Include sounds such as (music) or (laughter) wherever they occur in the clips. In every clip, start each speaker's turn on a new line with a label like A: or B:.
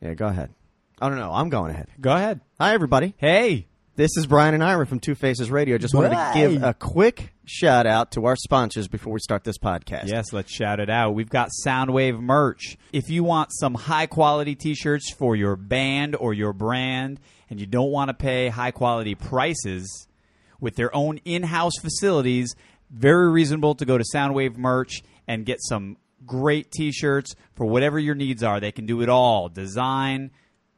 A: Yeah, go ahead. I don't know. I'm going ahead.
B: Go ahead.
A: Hi, everybody.
B: Hey.
A: This is Brian and Ira from Two Faces Radio. Just wanted to
B: Brian.
A: give a quick shout out to our sponsors before we start this podcast.
B: Yes, let's shout it out. We've got Soundwave merch. If you want some high quality t shirts for your band or your brand and you don't want to pay high quality prices with their own in house facilities, very reasonable to go to Soundwave merch and get some great t shirts for whatever your needs are. They can do it all design,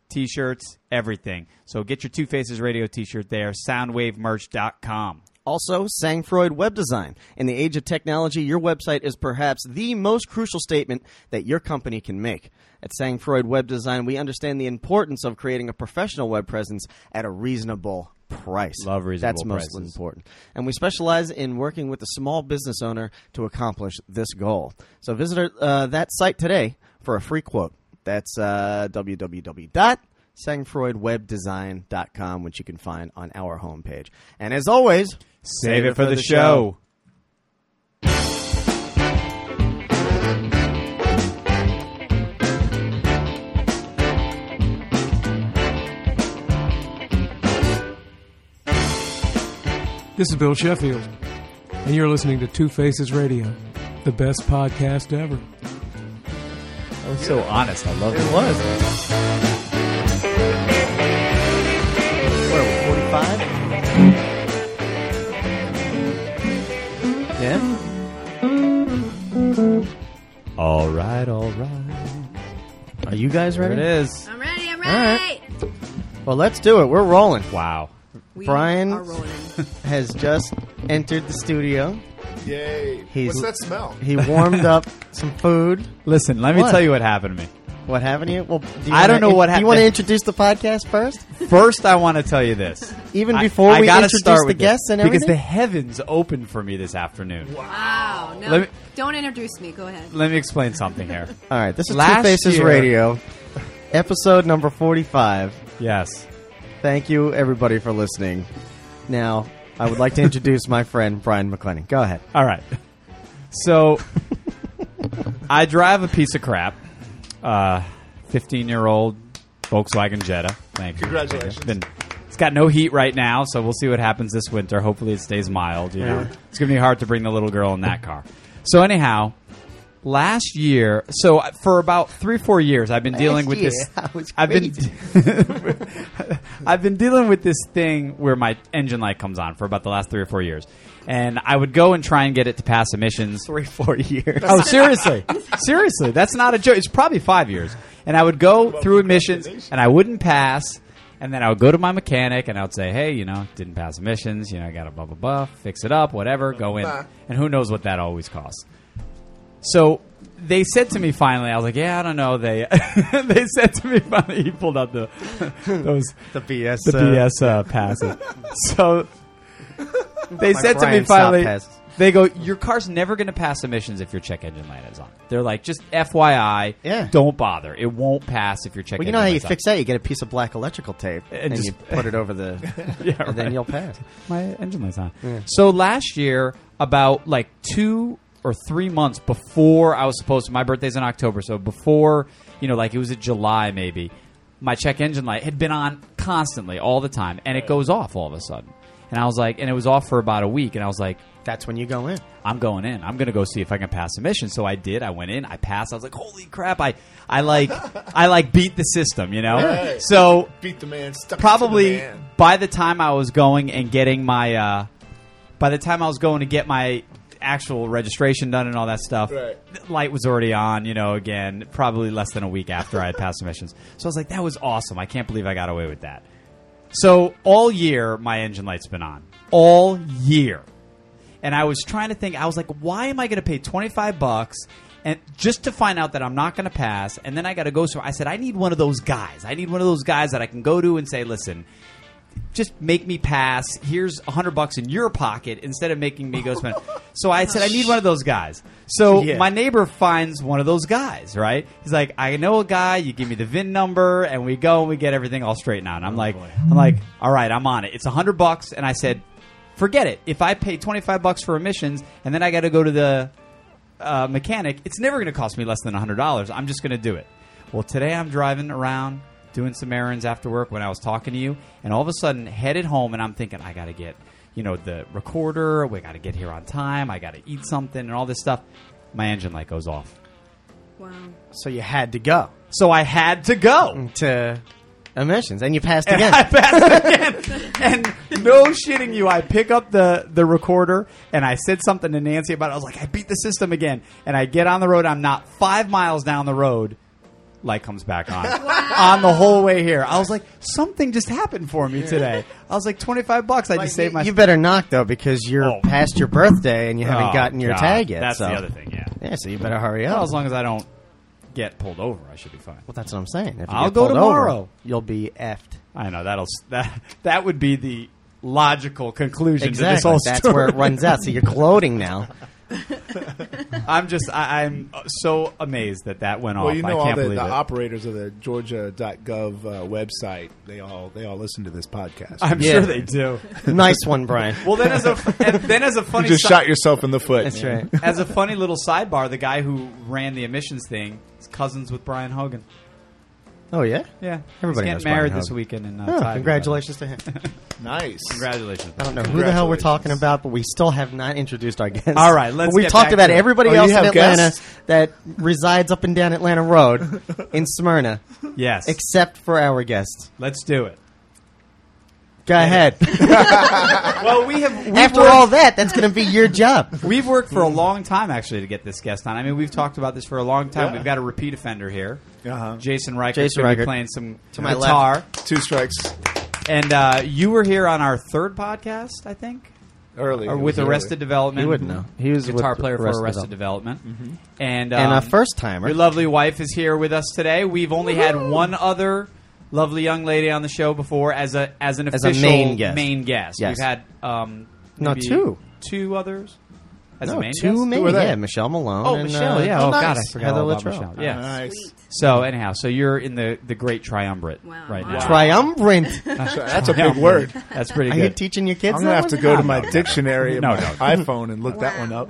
B: t shirts, everything. So get your Two Faces Radio t shirt there, soundwavemerch.com.
A: Also, Sangfroid Web Design. In the age of technology, your website is perhaps the most crucial statement that your company can make. At Sangfroid Web Design, we understand the importance of creating a professional web presence at a reasonable price.
B: Love reasonable
A: That's mostly
B: prices.
A: important. And we specialize in working with the small business owner to accomplish this goal. So visit our, uh, that site today for a free quote. That's uh, www.sangfroidwebdesign.com, which you can find on our homepage. And as always,
B: Save it for the show.
C: This is Bill Sheffield, and you're listening to Two Faces Radio, the best podcast ever.
B: That was so honest. I love it.
A: It was. What are we, 45? Yeah?
B: All right, all right.
A: Are you guys
B: There
A: ready?
B: it is.
D: I'm ready. I'm
A: right.
D: ready.
A: Well, let's do it. We're rolling.
B: Wow.
D: We
A: Brian- (laughs)
D: are rolling.
A: Has just entered the studio.
E: Yay.
A: He's-
E: What's that smell?
A: He warmed up some food.
B: Listen, let me
A: What?
B: tell you what happened to me.
A: What haven't you? Well, do you
B: I
A: wanna-
B: don't know what
A: Do you want to
B: happened.
A: introduce the podcast first?
B: First, I want to tell you this.
A: Even
B: I-
A: before
B: I
A: we
B: gotta
A: introduce
B: start
A: the
B: with this,
A: guests and
B: Because the
A: everything?
B: heavens opened for me this afternoon.
D: Wow. No,
B: Let me-
D: don't introduce me. Go ahead.
B: Let me explain something here.
A: All right, this is
B: Last
A: Two Faces
B: year-
A: Radio, episode number 45.
B: yes.
A: Thank you, everybody, for listening. Now, I would like to introduce my friend, Brian McClennan. Go ahead.
B: All right. So, I drive a piece of crap. Uh, 15 year old Volkswagen Jetta. Thank you.
E: Congratulations.
B: It's been- it's got no heat right now, so we'll see what happens this winter. Hopefully, it stays mild. You know, it's gonna be hard to bring the little girl in that car. So anyhow, last year, so for about three four years, I've been dealing with
A: year, (laughs)
B: this.
A: I was
B: I've been (laughs) I've been dealing with this thing where my engine light comes on for about the last three or four years, and I would go and try and get it to pass emissions
A: Three, four years.
B: (laughs) oh, seriously, seriously, that's not a joke. It's probably five years. And I would go through emissions, and I wouldn't pass. And then I would go to my mechanic, and I would say, "Hey, you know, didn't pass emissions. You know, I got to blah blah blah, fix it up, whatever. Go in,
E: Blah.
B: and who knows what that always costs." So they said to me finally, I was like, "Yeah, I don't know." They (laughs) they said to me finally, he pulled out the (laughs) those
A: (laughs) The BS.
B: the BS uh,
A: (laughs)
B: passes. so they said to me
A: Brian Sapp
B: finally,
A: passes.
B: they go, "Your car's never going to pass emissions if your check engine light is on." They're like, "Just FYI,
A: Yeah.
B: don't bother. It won't pass if your check."
A: Well, you
B: engine
A: know how you
B: light's on."
A: fix that? You get a piece of black electrical tape and,
B: And
A: you
B: just-
A: put it over the,
B: (laughs) Yeah,
A: and
B: right.
A: then you'll pass.
B: my engine light's on. So last year, about like two or three months before I was supposed to, my birthday's in October, so before you know, like it was in July maybe, my check engine light had been on constantly all the time, and it goes off all of a sudden. And I was like, and it was off for about a week, and I was like,
A: That's when you go in.
B: I'm going in. I'm going to go see if I can pass a mission. So I did. I went in. I passed. I was like, holy crap! I, I like, I like beat the system, you know.
E: Hey.
B: So
E: Beat the man. Stuck it to the
B: probably
E: man.
B: by the time I was going and getting my, uh, by the time I was going to get my actual registration done and all that stuff,
E: Right.
B: the light was already on. You know, again, probably less than a week after I had passed emissions. So I was like, that was awesome. I can't believe I got away with that. So all year, my engine light's been on. All year and I was trying to think. I was like, why am I going to pay twenty five bucks and just to find out that I'm not going to pass? And then I got to go. So I said, I need one of those guys. I need one of those guys that I can go to and say, listen. Just make me pass. Here's a hundred bucks in your pocket instead of making me go spend. so I said I need one of those guys. So
A: Yeah.
B: my neighbor finds one of those guys. Right? He's like, I know a guy. You give me the VIN number, and we go and we get everything all straightened out. And I'm like, I'm like, all right, I'm on it. It's a hundred bucks, and I said, forget it. If I pay 25 bucks for emissions and then I got to go to the uh, mechanic, it's never going to cost me less than $100. I'm just going to do it. Well, today I'm driving around doing some errands after work when I was talking to you, and all of a sudden headed home, and I'm thinking I got to get, you know, the recorder. We got to get here on time. I got to eat something and all this stuff. My engine light goes off,
D: Wow.
F: So you had to go
B: so I had to go.
F: to.
A: Emissions, and you passed
B: (laughs)
A: again.
B: I passed again. And no shitting you, I pick up the, the recorder and I said something to Nancy about it. I was like, I beat the system again. And I get on the road. I'm not five miles down the road. Light comes back on. On the whole way here. I was like, something just happened for me today. I was like, 25 bucks. I just saved my.
A: you better knock though, because you're
B: Oh.
A: past your birthday and you haven't
B: Oh,
A: gotten your
B: God.
A: tag yet.
B: That's
A: so.
B: the other thing, yeah.
A: Yeah, so you better hurry up.
B: Well, as long as I don't get pulled over, I should be fine.
A: Well, that's what I'm saying. If you
B: I'll
A: get
B: go
A: pulled over,
B: tomorrow.
A: you'll be effed.
B: I know. that'll s- that, (laughs) that would be the logical conclusion to this
A: Exactly.
B: whole
A: That's
B: story.
A: where it runs out. So you're gloating
B: (laughs)
A: now.
B: I'm just I, I'm so amazed that that went
E: Well,
B: off.
E: you
B: Oh, I
E: know all
B: can't
E: the,
B: believe
E: the
B: it.
E: operators of the Georgia.gov uh, website. They all they all listen to this podcast.
B: I'm
A: Yeah.
B: sure they do.
A: nice one, Brian.
B: Well, then as a and then as a
E: (laughs) you
B: funny
E: just
B: si- (laughs)
E: shot yourself in the foot.
A: That's
E: man.
A: right.
B: as a funny little sidebar, the guy who ran the emissions thing is cousins with Brian Hogan.
A: Oh yeah.
B: Yeah,
A: Everybody
B: he's
A: knows
B: getting married
A: Brian
B: this
A: Hogan.
B: weekend. And uh,
A: Oh,
B: Thailand.
A: congratulations to him.
E: Nice.
B: Congratulations.
A: I don't know who the hell we're
E: Congratulations.
A: talking about, but we still have not introduced our guest.
B: All right, let's
A: But we've
B: get
A: talked
B: back
A: about
B: to it.
A: everybody
E: Oh, you
A: else in
E: have
A: Atlanta
E: guests?
A: that resides up and down Atlanta Road
B: (laughs)
A: in Smyrna,
B: Yes,
A: except for our guest.
B: let's do it.
A: Go
B: (laughs)
A: ahead.
B: Well, we have we've
A: After Hmm.
B: worked,
A: all that, that's going to be your
B: (laughs)
A: job.
B: we've worked for a long time actually to get this guest on. I mean, we've talked about this for a long time.
E: Yeah.
B: We've got a repeat offender here,
E: Uh-huh.
B: Jason Reichert.
A: Jason
B: going to be
A: Reichert.
B: playing some
A: To my left.
B: guitar.
E: Two strikes
B: And uh, you were here on our third podcast, I think,
E: early.
B: or
E: It
B: with
E: was early.
B: Arrested Development.
A: He wouldn't know. He was
B: guitar
A: with
B: player
A: Arrested Mm-hmm.
B: for Arrested Development,
A: And
B: and
A: a
B: um,
A: first timer.
B: Your lovely wife is here with us today. We've only had one other lovely young lady on the show before as a as an
A: As a
B: official
A: main guest.
B: guest.
A: Yes.
B: We've had um,
A: No,
B: maybe
A: two.
B: two others as
A: no,
B: a main
A: two
B: guest?
A: main.
E: Who are they?
A: Yeah, Michelle Malone.
B: Oh,
A: and,
B: Michelle,
A: uh,
B: yeah. Oh, God, I forgot
A: Heather
B: all about
A: Latrell.
B: Michelle. Yeah.
E: Nice.
D: Sweet.
B: So anyhow, so you're in the the great triumvirate
D: Wow.
B: right
D: Wow.
B: now.
A: Triumvirate.
E: That's a big word.
B: (laughs) That's pretty
A: Are
B: good.
A: you teaching your kids?
E: I'm gonna
A: that
E: have to
A: one?
E: go to my dictionary and
B: No,
E: my
B: no.
E: iPhone and look that one up.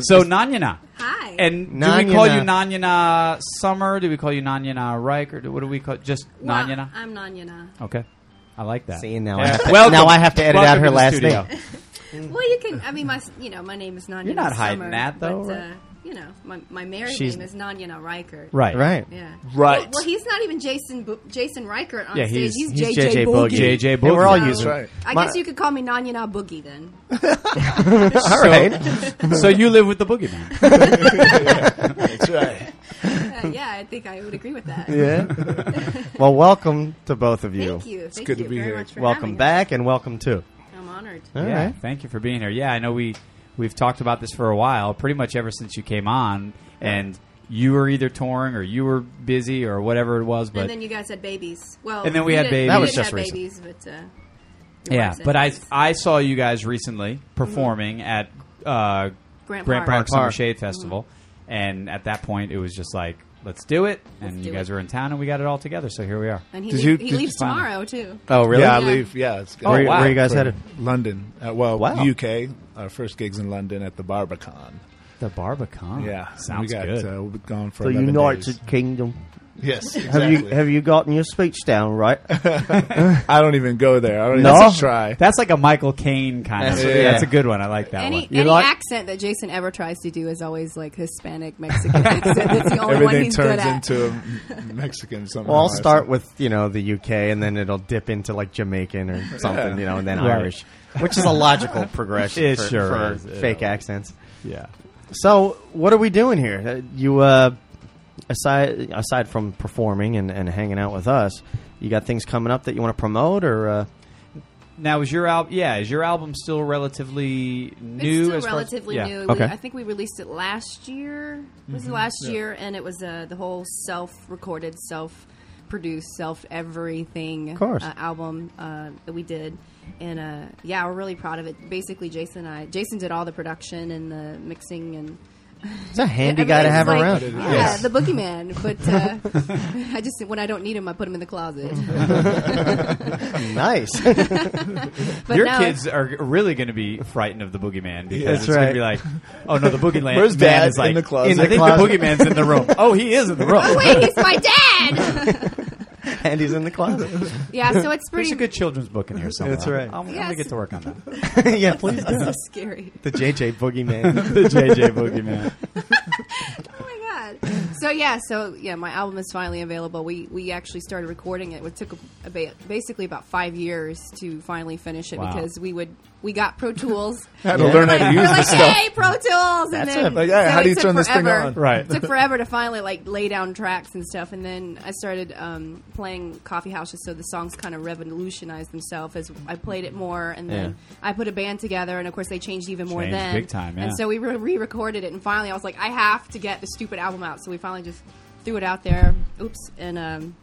B: So Nanyana.
D: Hi.
B: And do we call you
A: Nanyana.
B: Nanyana Summer? Do we call you Nanyana Riker? Do- What do we call just
D: Well,
B: Nanyana?
D: I'm Nanyana.
B: Okay, I like that.
A: See now, I
B: Yeah.
A: have to,
B: Welcome.
A: now I have to edit out
B: Welcome
A: her
B: to the
A: last
B: studio.
A: name.
D: Well, you can. I mean, my you know my name is Nanyana.
B: not hiding
D: Summer,
B: that, though,
D: But,
B: right?
D: uh, you know, my, my married
A: She's-
D: name is Nanyana Riker.
B: Right,
A: Right.
D: (laughs) Yeah.
E: Right.
D: Well, well, he's not even Jason Bo- Jason Riker on
B: Yeah,
D: stage.
B: he's-
D: He's,
A: he's
D: JJ,
A: JJ
D: Boogie.
A: Boogie.
B: JJ
A: And we're all
B: Boogie.
E: That's
A: using.
E: right.
D: I
A: My-
D: guess you could call me Nanyana Boogie then. (laughs)
A: All right.
B: so you live with the boogeyman.
E: That's right.
D: Uh, yeah, I think I would agree with
A: (laughs)
D: that.
A: yeah. Well, welcome to both of you.
D: Thank you. Thank
E: good
D: you
E: to be
D: very
E: here.
D: Much for having
A: Welcome
D: us.
A: back and welcome to.
D: I'm honored.
A: All right.
B: yeah, thank you for being here. Yeah, I know we we've talked about this for a while, pretty much ever since you came on, and you were either touring or you were busy or whatever it was. But
D: and then you guys had babies. Well,
B: And then we
D: you
B: had
D: didn't- you
B: babies. That was
D: didn't
A: just
D: have
A: recent.
D: babies, but uh, your
B: yeah,
D: wives had
B: but I
D: babies.
B: I saw you guys recently performing at uh, Grant
D: Grant Park. Mm-hmm.
B: Park Summer
A: Park.
B: Shade Festival, and at that point it was just like let's do it, and
D: Let's
B: you
D: do
B: guys
D: it.
B: were in town, and we got it all together. So here we are.
D: and he,
E: Did
D: leave-
E: you-
D: he
E: did-
D: leaves
B: Fine.
D: tomorrow too.
A: Oh, really?
E: Yeah, I
D: Yeah.
E: leave. Yeah, it's good.
B: Oh,
A: where,
B: wow.
A: where you guys
E: For
A: headed?
E: London. Uh, well,
A: Wow.
E: UK. Our first gigs in London at the Barbican.
B: The Barbican.
E: Yeah,
B: sounds
E: we got,
B: good.
E: Uh, we'll be gone for
A: The
E: 11 days.
A: United Kingdom.
E: (laughs) Yes,
A: Have
E: exactly.
A: you have you gotten your speech down right?
E: I don't even go there. I don't
A: No?
E: even try.
B: That's like a Michael Caine kind of.
A: That's-
E: yeah.
B: That's a good one. I like that
D: Any,
B: one.
A: You
D: any
A: like-
D: accent that Jason ever tries to do is always like Hispanic, Mexican. accent. It's the only one
E: Everything
D: he's good
E: turns
D: at.
E: into a (laughs) Mexican somehow.
A: Well, I'll
B: Oh,
E: or
A: start
E: something.
A: with you know the UK, and then it'll dip into like Jamaican or something, you know, and then
B: Right.
A: Irish, which is a logical progression
B: (laughs) It
A: for,
B: sure
A: for
B: is, yeah.
A: fake accents.
B: Yeah.
A: So, what are we doing here? Uh, You uh, aside aside from performing and, and hanging out with us, you got things coming up that you want to promote, or uh,
B: Now is your album? Yeah, is your album still relatively new?
D: It's still
B: as far as-
D: relatively
B: yeah.
D: new.
A: Okay.
D: We, I think we released it last year. Was it last year? And it was uh, the whole self-recorded, self-produced, self-everything
A: course.
D: Uh, album uh, that we did. And uh, yeah, we're really proud of it. Basically, Jason and I. Jason did all the production and the mixing and
A: It's a handy
D: I mean,
A: guy to
D: it's
A: have
D: like-
A: around.
D: Yeah,
B: Yes.
D: the boogeyman. But
B: (laughs)
D: uh, I just when I don't need him, I put him in the closet. (laughs)
A: nice.
B: (laughs)
D: But
B: Your
D: now, (laughs)
B: kids are really going to be frightened of the boogeyman because
A: That's
B: it's going
A: right.
B: to be like, oh no,
A: (laughs)
B: the boogeyman
E: Where's
B: man
E: Dad?
B: is like
E: In the closet.
B: I
A: In the
B: think
A: closet.
B: the boogeyman's in
A: (laughs)
B: the room. Oh, he is in the room.
D: Wait, it's my dad.
A: and he's in the closet.
D: yeah, so it's
B: There's
D: pretty.
B: a good children's book in here somewhere.
A: That's right.
B: I'm, I'm
D: Yes.
B: going to get to work on
A: (laughs)
B: that.
A: yeah, please do.
D: so (laughs) scary.
A: The JJ boogeyman.
B: (laughs) The JJ
D: (laughs)
B: boogeyman.
D: Oh my god. So yeah, so yeah, my album is finally available. We we actually started recording it. It took a, a ba- basically about five years to finally finish it
B: Wow.
D: because we would we got Pro Tools.
E: (laughs) had to
A: Yeah.
E: learn
D: Like,
E: how to
D: we're
E: use
D: like,
E: this stuff.
D: hey, Pro Tools, and
A: That's
D: then
A: it. Like,
E: yeah,
D: so
E: how do
D: it
E: you
D: took
E: turn this thing
D: forever.
E: on?
B: Right.
D: It took forever to finally like lay down tracks and stuff, and then I started um, playing coffee houses, so the songs kind of revolutionized themselves as I played it more, and then
A: Yeah.
D: I put a band together, and of course they changed even more
B: Changed
D: then,
B: big time, yeah.
D: and so we re- re-recorded it, and finally I was like, I have to get the stupid album out, so we finally just threw it out there. Oops, and um,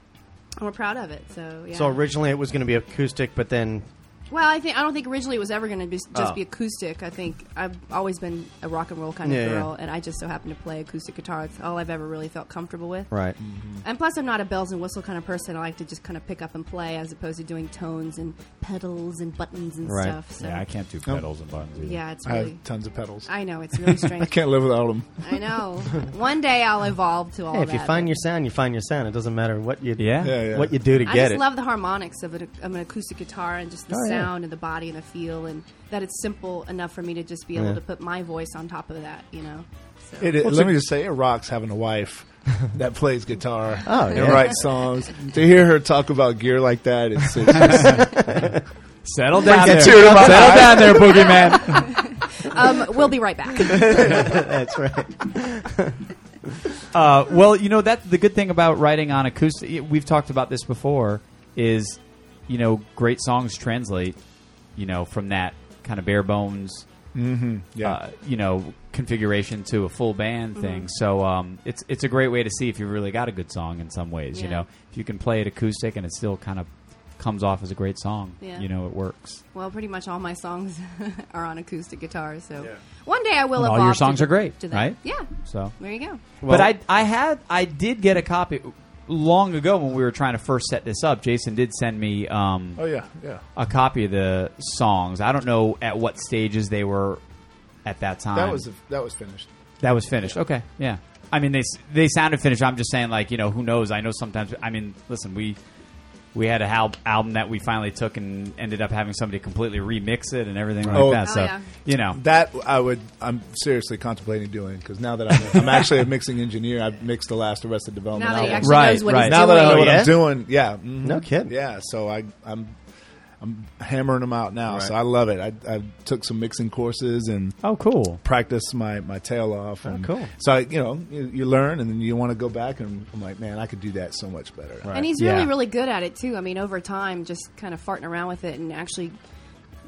D: we're proud of it. So
A: (laughs)
D: yeah.
A: so originally it was going to be acoustic, but then
D: Well, I think I don't think originally it was ever going to be, just
A: Oh.
D: be acoustic. I think I've always been a rock and roll kind of
A: Yeah, yeah.
D: girl, and I just so happen to play acoustic guitar. It's all I've ever really felt comfortable with.
A: right.
D: And plus, I'm not a bells and whistle kind of person. I like to just kind of pick up and play, as opposed to doing tones and pedals and buttons and
A: Right.
D: stuff. So
B: Yeah, I can't do pedals and buttons. Either.
D: yeah, it's
E: I
D: really.
E: have tons of pedals. I
D: I know it's
A: (laughs)
D: really strange.
E: can't live without them.
D: I know. One day I'll evolve to all
A: Hey, if
D: that.
A: you find your sound, you find your sound. It doesn't matter what you
B: Yeah?
E: Yeah, yeah.
A: what you do to
D: I
A: get
D: just
A: it.
D: love the harmonics of an, of an acoustic guitar and just the
A: Oh, yeah.
D: sound and the body and the feel, and that it's simple enough for me to just be able
A: Yeah.
D: to put my voice on top of that, you know? So.
E: It, it-
A: Well,
E: let
A: to-
E: me just say, it rocks having a (laughs) wife that plays guitar
A: Oh,
E: and
A: yeah.
E: writes songs. To hear her talk about gear like that, it's, it's just,
B: Settle down
E: a
B: there.
E: tear to my
B: Settle
E: eye.
A: (laughs)
B: down there, boogeyman.
D: um, we'll be right back.
A: That's right.
B: Uh, well, you know that the good thing about writing on acoustic. We've talked about this before. Is you know great songs translate. You know from that kind of bare bones.
E: (laughs) yeah.
B: Uh, you know configuration to a full band thing. So um, it's it's a great way to see if you've really got a good song in some ways. You
D: Yeah.
B: know if you can play it acoustic and it still kind of comes off as a great song.
D: Yeah.
B: You know it works.
D: Well, pretty much all my songs (laughs) are on acoustic guitar, so one day I will
B: And all
D: evolve.
B: your
D: to
B: songs
D: the-
B: are great,
D: to that.
B: right?
D: Yeah.
B: So
D: There you go.
A: Well-
B: but I I had I did get a copy long ago when we were trying to first set this up. Jason did send me um,
E: oh, yeah, yeah.
B: a copy of the songs. I don't know at what stages they were at that time.
E: That was, that was finished.
B: that was finished. Okay, yeah. I mean they s- they sounded finished. I'm just saying like you know who knows. I know sometimes. I mean listen we. We had a hal- album that we finally took and ended up having somebody completely remix it and everything like
E: Oh.
B: that.
D: Oh,
B: so
D: yeah.
B: you know,
E: That I would. I'm seriously contemplating doing because now that I'm, I'm actually a mixing engineer, I've mixed the last Arrested Development
D: Now that he
E: album.
D: actually
B: Right,
D: knows what
B: right.
D: he's
E: now
D: doing.
E: that I know what
A: Oh, yeah?
E: I'm doing, yeah, mhm.
A: No kidding.
E: yeah. So I, I'm, I'm hammering them out now. So I love it. I, I took some mixing courses and
B: oh cool.
E: practiced my, my tail off. And
A: Oh, cool.
E: So I, you know, you, you learn, and then you want to go back, and I'm like, man, I could do that so much better.
D: And he's really,
B: Yeah.
D: really good at it too. I mean, over time, just kind of farting around with it, and actually,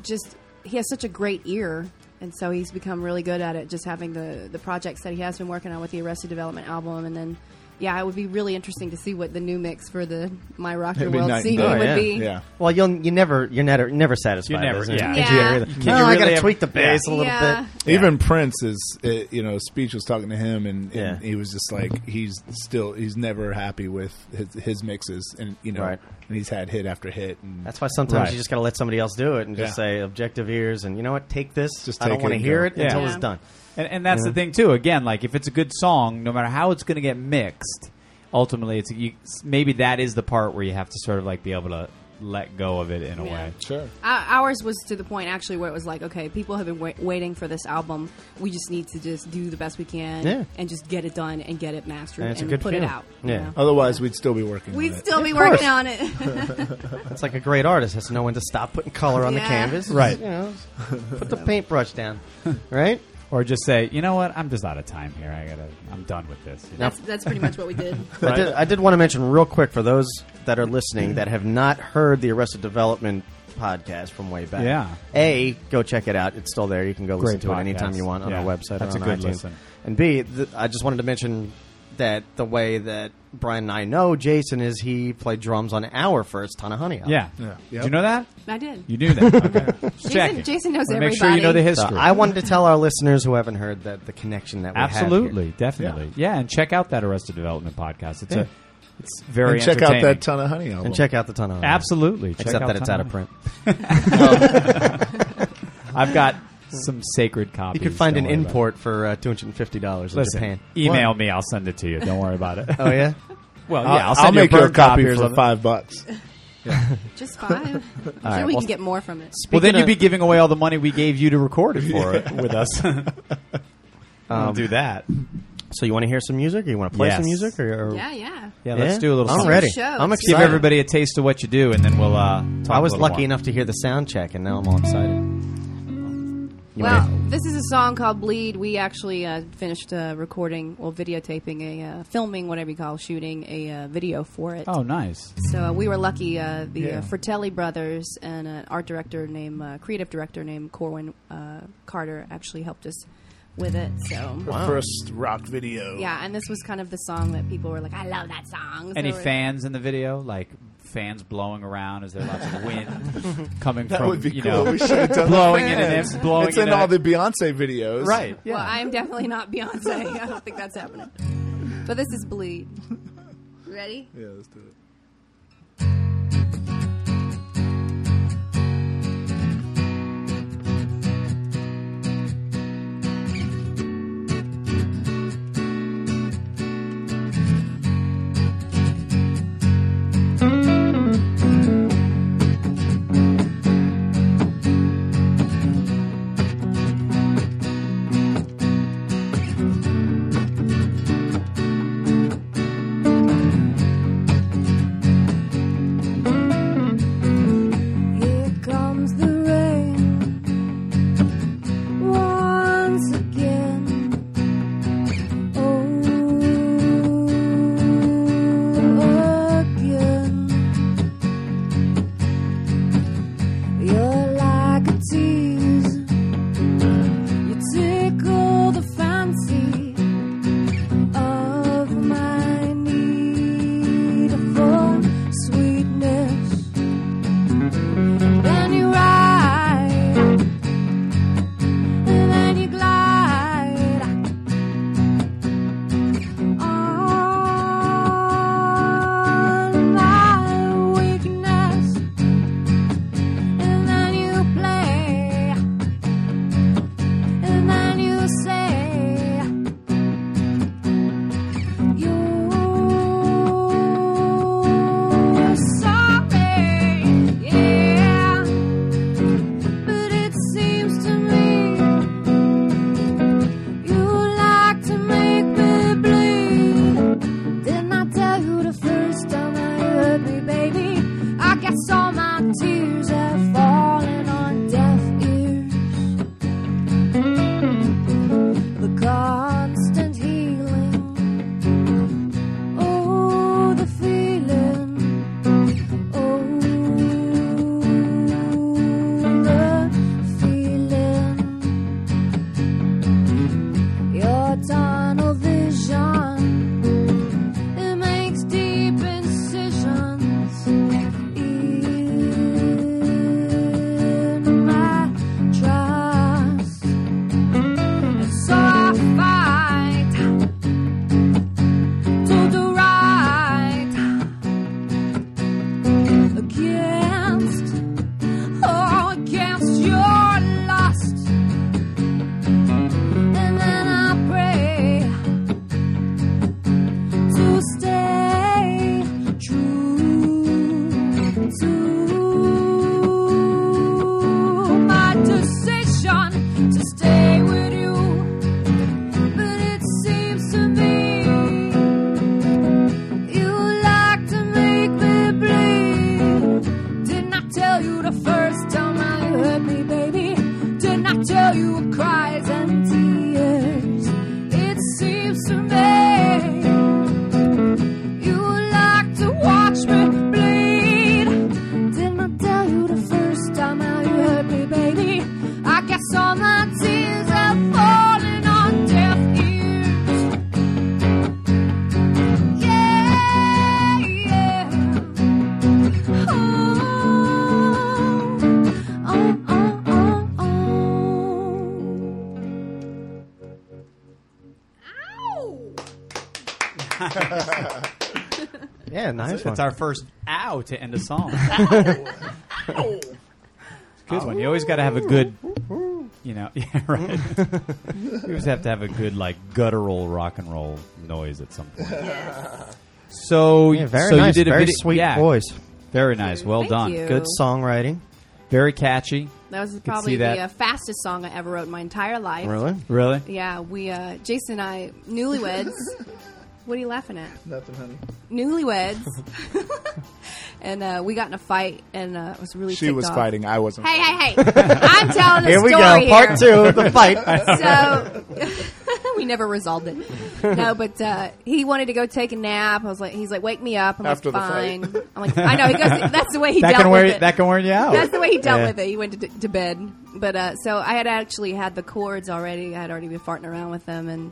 D: just he has such a great ear, and so he's become really good at it. Just having the the projects that he has been working on with the Arrested Development album, and then. Yeah, it would be really interesting to see what the new mix for the My Rock Your
E: It'd be
D: World
E: night and
D: CD
E: day.
D: would
A: Oh, yeah.
D: be.
E: Yeah.
A: Well, you'll you never you're never never satisfied.
B: You're never-
A: as an (laughs)
B: yeah.
A: engineer
D: Yeah.
A: either.
D: You
B: can't-
A: No,
B: you
A: I
B: really
A: gotta
B: have-
A: tweak the bass a little
D: Yeah.
A: bit.
E: Even Prince is, uh you know, Speech was talking to him, and, and
A: Yeah.
E: he was just like, he's still, he's never happy with his, his mixes, and you know,
A: Right.
E: and he's had hit after hit, and
A: That's why sometimes
B: Right.
A: you just gotta let somebody else do it and just
E: Yeah.
A: say objective ears and you know what, take this.
E: Just
A: I don't
E: take
A: want to
E: it and
A: hear
E: go.
A: it
B: Yeah.
A: until it's
D: Yeah.
A: done.
B: And, and that's the thing too. Again, like if it's a good song, no matter how it's going to get mixed, ultimately it's you, maybe that is the part where you have to sort of like be able to let go of it in a
D: Yeah.
B: way.
E: sure.
D: Ou- Ours was to the point actually where it was like, okay, people have been wait- waiting for this album. We just need to just do the best we can
A: Yeah.
D: and just get it done and get it mastered
A: And
D: and,
A: it's a good
D: put
A: feeling.
D: it out.
A: Yeah. Oh,
D: know?
E: Otherwise, we'd still be working. on
D: We'd
E: it.
D: still be
A: Of course.
D: working on it. (laughs)
A: It's like a great artist has to know when to stop putting color on the
D: Yeah.
A: canvas.
B: Right.
A: You know, put the paintbrush down. (laughs) Right?
B: Or just say, you know what, I'm just out of time here. I gotta, I'm done with this. you know?
D: that's, that's pretty much what
B: (laughs)
D: we did.
A: I did, I did want to mention real quick for those that are listening that have not heard the Arrested Development podcast from way back.
B: Yeah.
A: A, go check it out. It's still there. You can go listen
B: Great
A: to it anytime
B: podcast.
A: you want on
B: Yeah.
A: our website
B: That's
A: or
B: a
A: on
B: good
A: iTunes.
B: listen.
A: And B, th- I just wanted to mention that the way that Brian and I know Jason is he played drums on our first ton of honey. album.
B: Yeah.
E: Yeah.
B: Do you know that?
D: I did.
B: You knew (laughs) that. Okay. Just
D: Jason-
B: checking.
D: Jason knows
B: Wanna Make sure you know the
D: everybody.
A: So
B: history.
A: I wanted to tell our listeners who haven't heard that the connection that we have here.
B: Absolutely, definitely, yeah. and check out that Arrested Development podcast. It's a, it's very
E: and check out
B: entertaining.
E: that ton of honey album.
A: and check out the ton of honey.
B: Absolutely, check
A: Except
B: out
A: that it's
B: Tom
A: out of
B: Hanks.
A: print.
B: I've got some sacred copies.
A: You could find
B: Don't
A: an
B: worry about
A: import for uh, two hundred and fifty dollars
B: it.
A: in
B: Listen,
A: Japan.
B: email me. I'll send it to you. Don't worry about it.
A: (laughs) Oh yeah,
B: (laughs) well, yeah,
E: I'll,
B: I'll,
E: I'll
B: send you
E: make you a
B: bird
E: copy
B: or
E: for
B: something.
E: five bucks.
B: (laughs)
D: Just five. I'm sure
B: right,
D: we
B: well-
D: can get more from it.
B: Well, then
A: Speaking
B: you'd
A: of-
B: be giving away all the money we gave you to record it for it
A: (laughs)
B: with us. I'll
A: Um,
B: do that.
A: So you want to hear some music, or you want to play
B: Yes.
A: some music, or, or
D: Yeah, yeah.
B: Yeah, let's do a little.
A: I'm
B: something.
A: ready.
D: Show.
A: I'm
D: Let's
B: Give
A: excited.
B: everybody a taste of what you do, and then we'll uh, talk.
A: I was
B: a little
A: lucky
B: more.
A: enough to hear the sound check, and now I'm all excited.
D: Well, this is a song called "Bleed." We actually uh, finished uh, recording, well, videotaping a uh, filming, whatever you call, shooting a uh, video for it.
B: Oh, nice.
D: So uh, we were lucky. Uh, the
E: Yeah.
D: uh, Fratelli brothers and an art director named, uh, creative director named Corwin uh, Carter actually helped us with it. So
E: First rock video.
D: yeah, and this was kind of the song that people were like, "I love that song." So
B: Any
D: we're-
B: fans in the video? Like fans blowing around? Is there lots of wind
E: (laughs)
B: coming
E: That
B: from
E: would be
B: you
E: cool.
B: know
E: (laughs) we should have done
B: blowing
E: the
B: in and
E: fans.
B: in, blowing
E: It's
B: in,
E: in all
B: out.
E: the Beyonce videos,
B: right? Yeah.
D: Well, I'm definitely not Beyonce. I don't think that's happening. But this is "Bleed." Ready?
E: Yeah, let's do it.
F: Here comes the rain once again. Oh, again. You're like a tease. You tickle the fancy of my need for sweetness. Then you ride, and then you glide on my weakness, and then you play, and then you say. You're sorry, yeah, but it seems to me you like to make me bleed. Didn't I tell you the first time I heard me, baby? I guess all my tears have fallen on deaf ears. The constant healing. Oh, the feeling. Oh, the feeling. Your tunnel vision. It makes deep incisions. oh,
A: Yeah, nice one.
B: That's our first ow to end a
D: (laughs)
B: song. It's a good one. You always got to have a good, you know, (laughs) yeah, right. you always have to have a good, like, guttural rock and roll noise at some point. So,
A: Yeah, very
B: so
A: nice.
B: you did a
A: very
B: video-
A: sweet
B: yeah,
A: voice.
B: Very nice. Well
D: Thank
B: done.
D: you.
A: Good songwriting.
B: Very catchy.
D: That was
B: Could
D: probably
B: see that.
D: the uh, fastest song I ever wrote in my entire life.
A: Really?
B: Really?
D: Yeah, we uh, Jason and I newlyweds. what are you laughing at?
E: Nothing, honey.
D: Newlyweds.
E: (laughs)
D: and uh, we got in a fight, and uh, I was really.
E: She
D: ticked
E: was
D: off.
E: fighting. I wasn't.
D: Hey, hey, hey! I'm telling the
A: Here we
D: story
A: go.
D: here.
A: Part two of
B: (laughs)
A: the fight.
D: so (laughs) we never resolved it. No, but uh, he wanted to go take a nap. I was like, he's like, wake me up. I'm
E: After the
D: like,
E: fight.
D: fine. I'm like, I know. He goes, that's the way he
B: That
D: dealt
B: can wear
D: with it.
B: that can wear you out.
D: that's the way he dealt
B: Oh, Yeah.
D: with it. He went to, to bed. But uh, so I had actually had the chords already. I had already been farting around with them, and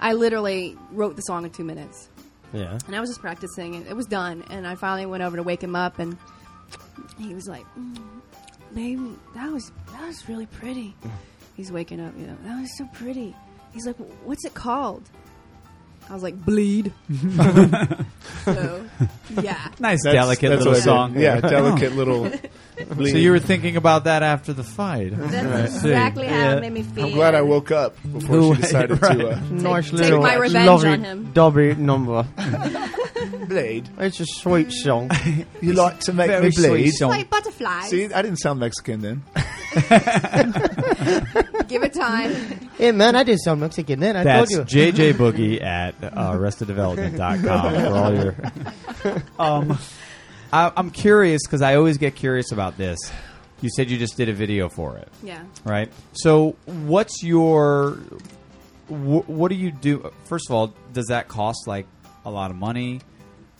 D: I literally wrote the song in two minutes.
A: yeah.
D: And I was just practicing, and it was done. And I finally went over to wake him up, and he was like, mm, "Baby, that was that was really pretty." He's waking up, you know. That was so pretty. He's like, "Wh- "What's it called?" I was like, "Bleed." (laughs) so, yeah.
B: (laughs) Nice,
E: That's-
B: delicate
E: that's
B: little
E: what I
B: song.
E: did. Yeah, delicate
B: (laughs)
E: little.
B: So you were thinking about that after the fight.
D: That's exactly how it made me feel.
E: I'm glad I woke up before she decided to uh,
A: Nice
D: take
A: little
D: my revenge
A: lovely
D: on him.
A: Dobby number.
E: bleed.
A: It's a sweet
B: (laughs)
A: song.
E: You like to make
B: Very
E: me bleed.
B: sweet song.
D: Like butterflies.
E: See, I didn't sound
B: (laughs)
E: Mexican then.
D: Give
B: (laughs)
D: it time.
A: hey man, I did sound Mexican then. I
B: That's
A: told you.
B: JJ Boogie at uh, (laughs) arresteddevelopment.com for all your. (laughs) Um, I, I'm curious because I always get curious about this. You said you just did a video for it,
D: Yeah.
B: right? So, what's your. Wh- what do you do? First of all, does that cost like a lot of money?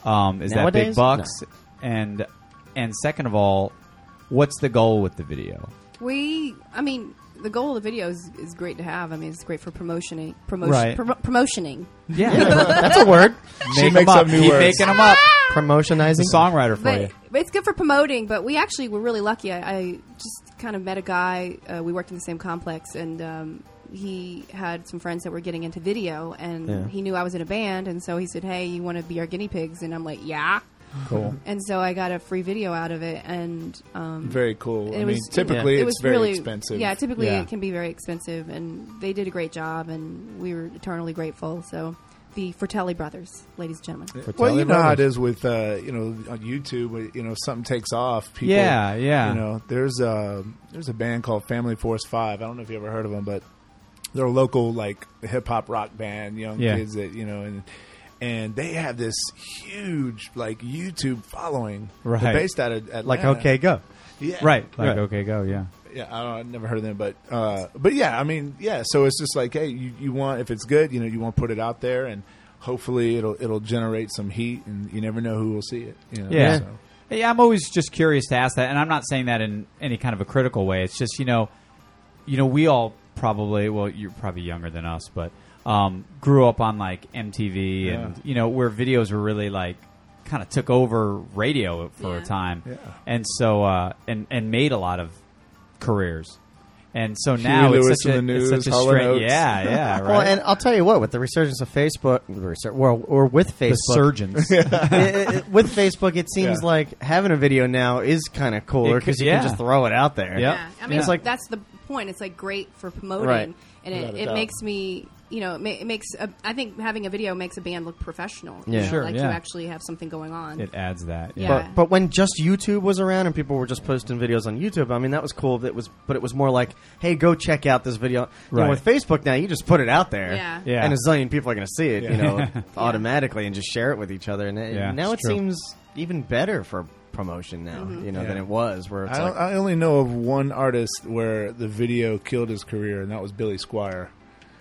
B: Um, is that big
A: Nowadays?
B: bucks? And and second of all, what's the goal with the video?
D: We, I mean, the goal of the video is, is great to have. I mean, it's great for promotioning, promotion,
B: Right.
D: pro- promotioning.
B: Yeah, (laughs)
A: That's a word.
E: She makes up new
B: Keep
E: words.
B: making them up.
A: Promotionizing.
B: The songwriter for you.
D: But, but it's good for promoting. But we actually were really lucky. I, I just kind of met a guy. Uh, we worked in the same complex, and um, he had some friends that were getting into video, and
A: Yeah.
D: he knew I was in a band, and so he said, "Hey, you want to be our guinea pigs?" And I'm like, "Yeah."
B: Cool.
D: And so I got a free video out of it, and um,
E: Very cool.
D: it
E: I
D: was-
E: mean, typically
D: it
E: it's
D: was
E: very
D: really-
E: expensive.
D: Yeah, typically
B: Yeah.
D: it can be very expensive, and they did a great job, and we were eternally grateful. So, the Fratelli brothers, ladies and gentlemen.
B: Tell
E: well, you
B: them
E: know how it
B: others.
E: is with uh, you know on YouTube. when, You know, something takes off. People,
B: Yeah, yeah.
E: You know, there's a there's a band called Family Force Five. I don't know if you ever heard of them, but they're a local like hip hop rock band. Young
B: Yeah.
E: kids that you know and. And they have this huge like YouTube following. They're
B: Right.
E: based out of Atlanta.
A: Like okay, go.
E: yeah,
B: Right. Like,
A: Right.
B: okay, go, yeah.
E: yeah, I don't, I've never heard of them, but uh, but yeah, I mean, yeah. So it's just like, hey, you, you want if it's good, you know, you want to put it out there, and hopefully it'll it'll generate some heat, and you never know who will see it. You know,
B: Yeah.
E: so.
B: Yeah, I'm always just curious to ask that, and I'm not saying that in any kind of a critical way. It's just, you know, you know, we all probably, well, you're probably younger than us, but um, grew up on like MTV and, you know, where videos were really like kind of took over radio for a
D: Yeah.
B: time.
E: Yeah.
B: And so, uh, and, and made a lot of careers. And so
E: Huey
B: now
E: Lewis
B: it's such a,
E: in the
B: it's
E: News,
B: such a
E: Hall and
B: straight,
E: Oates.
B: yeah, yeah,
A: (laughs)
B: right.
A: Well, and I'll tell you what, with the resurgence of Facebook, the resurg- well, or with
B: the
A: Facebook, (laughs)
B: surgeons.
A: it- it- with Facebook, it seems
E: Yeah.
A: like having a video now is kind of cooler
B: It could-
A: because you
B: yeah.
A: can just throw it out there.
B: Yep.
D: Yeah, I mean,
A: It's like-
D: that's the point. It's like great for promoting,
A: Right.
D: and
E: Without
D: it,
E: a
D: it
E: doubt.
D: makes me, you know, it, ma- it makes. A, I think having a video makes a band look professional. you
A: Yeah.
D: know,
B: Sure,
D: like
B: yeah.
D: you actually have something going on.
B: it adds that.
D: Yeah.
A: But, but when just YouTube was around and people were just posting videos on YouTube, I mean that was cool. That was, but it was more like, hey, go check out this video. You know,
B: Right.
A: with Facebook now, you just put it out there,
D: Yeah.
B: Yeah.
A: and a zillion people are going to see it, you
E: Yeah.
A: know, automatically, and just share it with each other. And it-
B: Yeah,
A: now it
B: it's true.
A: seems even better for promotion now, you know, than
E: Yeah.
A: it was. Where it's
E: I,
A: like,
E: I only know of one artist where the video killed his career, and that was Billy Squire.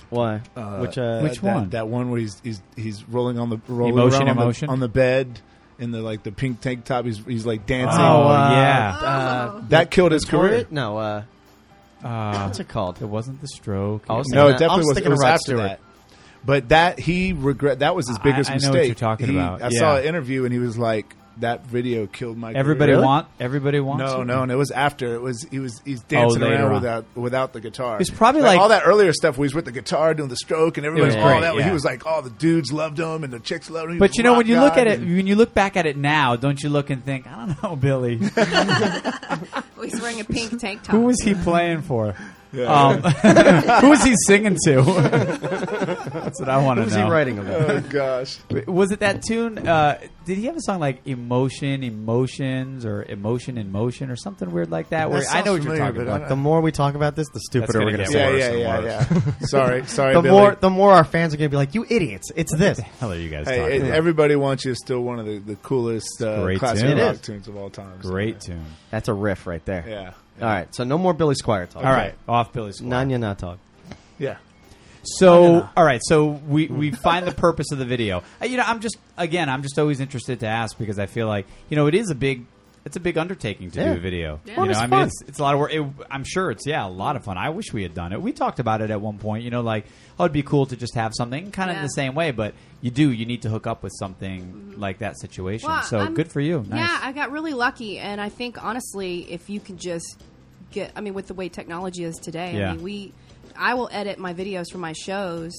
A: why? which uh,
B: Which
E: that,
B: one?
E: That one where he's he's, he's rolling on the rolling
B: Emotion,
E: around on the-
B: emotion?
E: on the bed in the like the pink tank top. He's he's like dancing.
B: Oh,
A: uh,
B: yeah.
A: uh,
E: that killed his career.
A: Victoria? No, uh, what's it called?
B: It wasn't the stroke.
A: I was
E: No,
A: Yeah,
E: it definitely
A: I'm
E: was, it
A: sticking
E: was
A: to Rod
E: after
A: Stewart.
E: that. But that he regret that was his biggest
B: I know what
E: mistake.
B: you're talking
E: He-
B: about.
E: I saw
B: Yeah.
E: an interview and he was like, that video killed my.
B: Everybody
E: career.
B: want. Everybody wants.
E: No,
B: you.
E: no, and it was after. It was he was he's dancing
B: later
E: around
B: on.
E: without without the guitar.
B: It's probably like-
E: all that earlier stuff. Where he's with the guitar doing the stroke, and everybody's
B: was
E: all
B: great,
E: that.
B: yeah.
E: He was like, all the dudes loved him, and the chicks loved him. He
B: But
E: was
B: you know,
E: rock
B: when you look
E: god,
B: at it, (laughs)
E: and-
B: when you look back at it now, don't you look and think, I don't know,
E: (laughs)
B: Billy,
D: Well, Oh, he's wearing a pink tank top.
B: who was he playing for?
E: Yeah.
B: Um, (laughs) who was he singing to? That's what I want to know.
A: Who's he writing
E: (laughs)
A: about?
E: oh gosh,
B: Was it that tune? Uh, did he have a song like "Emotion, Emotions" or "Emotion in Motion" or something weird like that? Where
E: That
B: I know what you're
E: sounds familiar,
B: talking
E: but I
B: about.
E: don't-
A: The more we talk about this, the
B: That's
A: stupider
B: gonna
A: we're going
B: get
A: to
E: yeah,
A: sound.
B: worse
E: yeah,
B: and
E: yeah,
B: worse.
E: yeah.
B: (laughs)
E: sorry, sorry,
A: The
E: Billy.
A: more, the more our fans are going to be like, "You idiots! It's this."
B: (laughs) The hell are you guys
E: Hey,
B: talking
E: it-
B: about?
E: everybody wants you is still one of the, the coolest uh,
B: great
E: classic
B: tune. It
E: rock
A: is.
E: tunes of all time. So,
B: Great tune.
A: That's a riff right there.
E: Yeah.
A: All right. So no more Billy Squire talk.
B: All right, off Billy's. squad.
A: Nanya not talk.
E: Yeah,
B: So, all right. So we
A: (laughs)
B: we find the purpose of the video. Uh, You know, I'm just again, I'm just always interested to ask because I feel like you know it is a big. It's a big undertaking to
A: Yeah.
B: do a video.
A: Well,
B: You know,
A: it's
B: I mean,
A: fun.
B: it's, it's a lot of work. It, I'm sure it's yeah, a lot of fun. I wish we had done it. We talked about it at one point. You know, like oh, it'd be cool to just have something kind of in
D: Yeah.
B: the same way, but you do you need to hook up with something
A: Mm-hmm.
B: like that situation.
D: Well,
B: so
D: I'm-
B: good for you. Nice.
D: Yeah, I got really lucky, and I think honestly, if you can just get, I mean, with the way technology is today,
B: Yeah.
D: I mean, we, I will edit my videos from my shows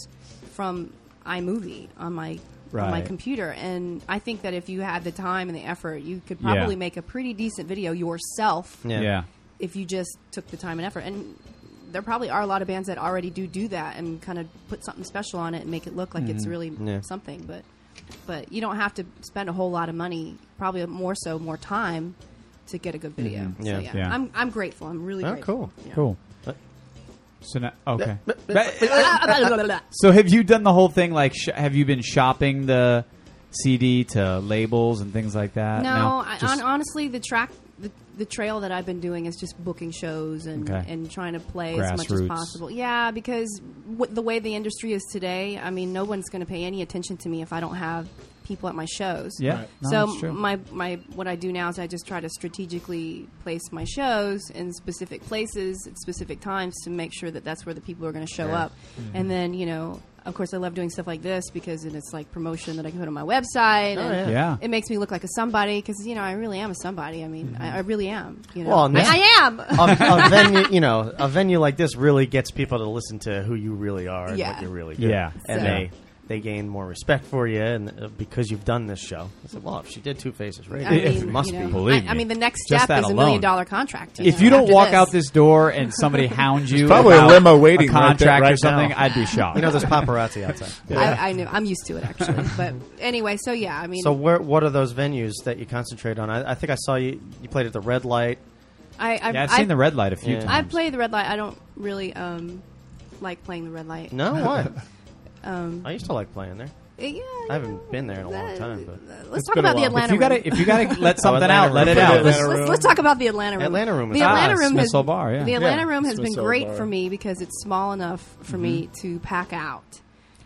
D: from iMovie on my on my
B: Right.
D: computer, and I think that if you had the time and the effort, you could
B: Yeah.
D: probably make a pretty decent video yourself
A: Yeah.
B: yeah.
D: if you just took the time and effort and. There probably are a lot of bands that already do do that and kind of put something special on it and make it look like it's really
A: Mm-hmm. Yeah.
D: something, but but you don't have to spend a whole lot of money, probably more so more time to get a good video.
A: Mm-hmm. Yeah.
D: So, yeah.
B: Yeah.
D: I'm I'm grateful. I'm really
A: Oh,
D: grateful.
A: cool.
D: Yeah. (laughs)
B: Cool. So now, okay.
D: Ah, blah, blah, blah, blah.
B: So have you done the whole thing? Like, sh- have you been shopping the CD to labels and things like that?
D: No, I,
B: Just-
D: hon- honestly, the track, the, the trail that I've been doing is just booking shows and
B: Okay.
D: and trying to play as much as
B: Grassroots.
D: possible. Yeah, because w- the way the industry is today, I mean, no one's going to pay any attention to me if I don't have people at my shows.
B: Yeah. Right. No,
D: so
B: that's true.
D: my my what I do now is I just try to strategically place my shows in specific places at specific times to make sure that that's where the people are going to show up,
B: Mm-hmm.
D: and then you know. Of course, I love doing stuff like this because then it's like promotion that I can put on my website.
A: Oh, yeah.
D: and
B: Yeah.
D: it makes me look like a somebody because you know I really am a somebody. I mean, I, I
B: Mm-hmm.
D: really am. You know,
A: Well, now-
D: I, I am.
A: a,
D: (laughs)
A: a venue, you know, a venue like this really gets people to listen to who you really are and
D: Yeah.
A: what you're really good.
B: Yeah.
A: and
D: So-
A: they they gain more respect for you, and uh, because you've done this show, I said, well, if she did Two Faces, right?
D: I
B: If-
D: mean,
A: must
D: you
A: be.
D: know,
B: Believe
D: I, I
B: me.
D: mean, the next
B: Just
D: step
B: that
D: is a
B: alone.
D: million dollar contract.
B: if you don't
D: after
B: walk out this door and somebody hounds you,
E: probably a
B: about
E: limo waiting right there-
B: contract
E: right
B: or something,
E: now.
B: I'd be shocked.
A: You know, there's paparazzi outside.
D: (laughs) I, I know. I'm used to
B: (laughs)
D: it actually. but anyway, so yeah, I mean,
A: So, where, what are those venues that you concentrate on? I, I think I saw you you played at the Red Light.
D: I, I've,
B: yeah, I've seen the red light a few
A: Yeah.
B: times.
D: I play the red light. I don't really um, like playing the red
B: (laughs)
D: light.
A: No, what?
D: Um,
A: I used to like playing there.
D: Uh, yeah,
A: I haven't been there in a long time, but
D: Let's
A: It's
D: talk
A: been a
D: about the
A: while.
D: Atlanta.
B: if you
D: room.
B: gotta, if you
D: (laughs)
B: gotta let something
A: Atlanta
B: out, let
A: room.
B: it out.
E: Atlanta
D: let's,
E: room.
D: let's, let's talk about the Atlanta room.
A: Atlanta room is
D: The
A: fun.
D: Atlanta
B: Ah,
D: room
B: Smith's
D: has
B: Hill Bar, yeah.
D: the Atlanta room has
E: Smith's
D: been
E: Hill
D: great
E: Bar.
D: for me because it's small enough for me to pack out.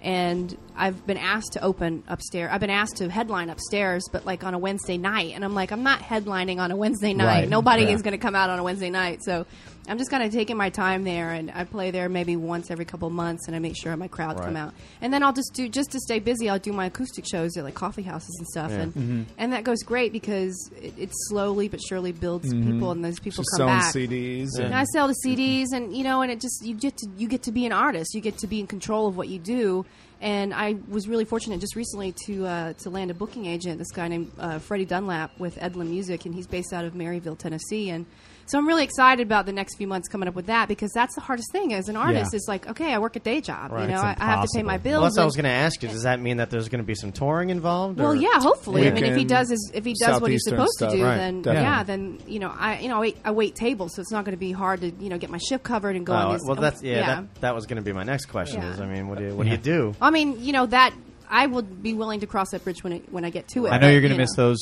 D: And I've been asked to open upstairs. I've been asked to headline upstairs, but like on a Wednesday night. And I'm like, I'm not headlining on a Wednesday night.
B: Right,
D: Nobody
B: yeah.
D: is going to come out on a Wednesday night. So I'm just kind of taking my time there. And I play there maybe once every couple months and I make sure my crowd come out. And then I'll just do, just to stay busy, I'll do my acoustic shows at like coffee houses and stuff. And, and that goes great because it, it slowly but surely builds people and those people
E: just
D: come
E: selling
D: back.
E: CDs. And,
D: And I sell the CDs, and you know, and it just you get to you get to be an artist. You get to be in control of what you do. And I was really fortunate just recently to uh, to land a booking agent. This guy named uh, Freddie Dunlap with Edlin Music, and he's based out of Maryville, Tennessee. And so I'm really excited about the next few months coming up with that because that's the hardest thing as an artist.
B: Yeah.
D: It's like, okay, I work a day job.
A: Right.
D: You know,
A: It's
D: I, I have to pay
B: impossible.
D: my
A: Well,
D: bills.
A: that's what I
D: and-
A: was going to ask you. Does that mean that there's going to be some touring involved?
D: well,
A: or- Oh,
D: yeah, hopefully. I mean, if he
E: Weekend,
D: does his, if he does what he's
E: Southeastern
D: supposed
E: stuff,
D: to do,
A: right,
D: then
E: definitely.
D: yeah, then you know, I you know, I wait, I wait tables, so it's not going to be hard to you know get my shift covered and go on
A: Oh,
D: his.
A: well, that's yeah. That, that was going to be my next question.
D: Yeah.
A: Is I mean, what do you, what
B: Yeah.
A: do you do?
D: I mean, you know that I would be willing to cross that bridge when it, when I get to it.
B: I know
D: but,
B: you're gonna
D: you
B: miss those.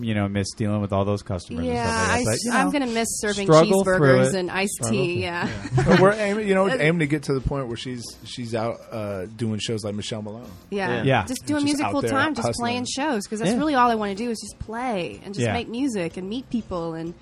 B: You know, miss dealing with all those customers.
D: Yeah,
B: and stuff like that, but, you
D: I, am
B: know.
D: going to miss serving
B: struggle through
D: cheeseburgers
B: it.
D: and iced tea. Yeah.
E: (laughs) But we're aiming, you know, aiming to get to the point where she's she's out uh, doing shows like Michelle Malone.
D: (laughs) yeah,
A: Yeah.
B: Yeah.
D: Just doing
E: Just
D: music
E: out
D: full
E: there
D: time, just
E: hustling.
D: playing shows because that's
B: Yeah.
D: really all I want to do is just play and just
B: Yeah.
D: make music and meet people and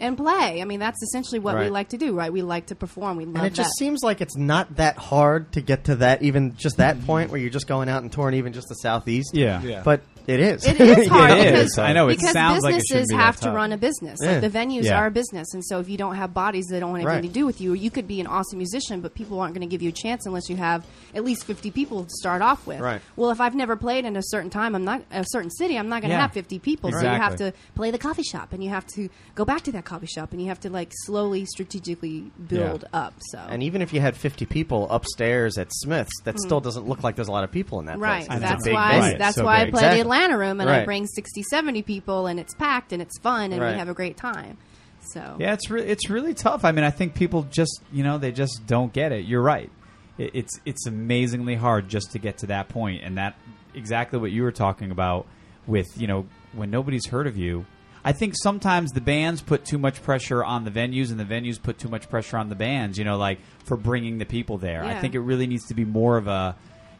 D: and play. I mean, that's essentially what we
A: Right.
D: like to do, right? We like to perform. We love
A: And it just
D: that.
A: seems like it's not that hard to get to that, even just that point where you're just going out and touring, even just the southeast.
B: Yeah.
E: Yeah.
A: But It is. (laughs)
D: It is hard
B: is.
D: because
B: I know, it
D: because
B: sounds like it shouldn't
D: businesses
B: be that
D: have to
B: tough.
D: run a business.
A: Yeah.
D: Like the venues
B: Yeah.
D: are a business, and so if you don't have bodies that don't want anything
A: Right.
D: to do with you, you could be an awesome musician, but people aren't going to give you a chance unless you have at least fifty people to start off with.
A: Right.
D: Well, if I've never played in a certain time, I'm not a certain city, I'm not going to
B: Yeah.
D: have fifty people. So you have
B: Exactly.
D: to play the coffee shop, and you have to go back to that coffee shop, and you have to like slowly, strategically build up. So
A: And even if you had 50 people upstairs at Smith's, that still doesn't look like there's a lot of people in that
D: Hmm. Right.
A: place.
B: I
A: It's a
D: That's
A: big
D: why
A: venue.
B: Right.
D: that's
B: So
D: why I play
B: big.
A: Exactly.
D: the Atlanta room and
A: Right.
D: I bring 60, 70 people and it's packed and it's fun and
A: Right.
D: we have a great time. So
B: Yeah, it's re- it's really tough. I mean, I think people just you know they just don't get it. You're right. It, it's it's amazingly hard just to get to that point, and that exactly what you were talking about with you know when nobody's heard of you. I think sometimes the bands put too much pressure on the venues, and the venues put too much pressure on the bands. You know, like for bringing the people there. I
D: Yeah.
B: think it really needs to be more of a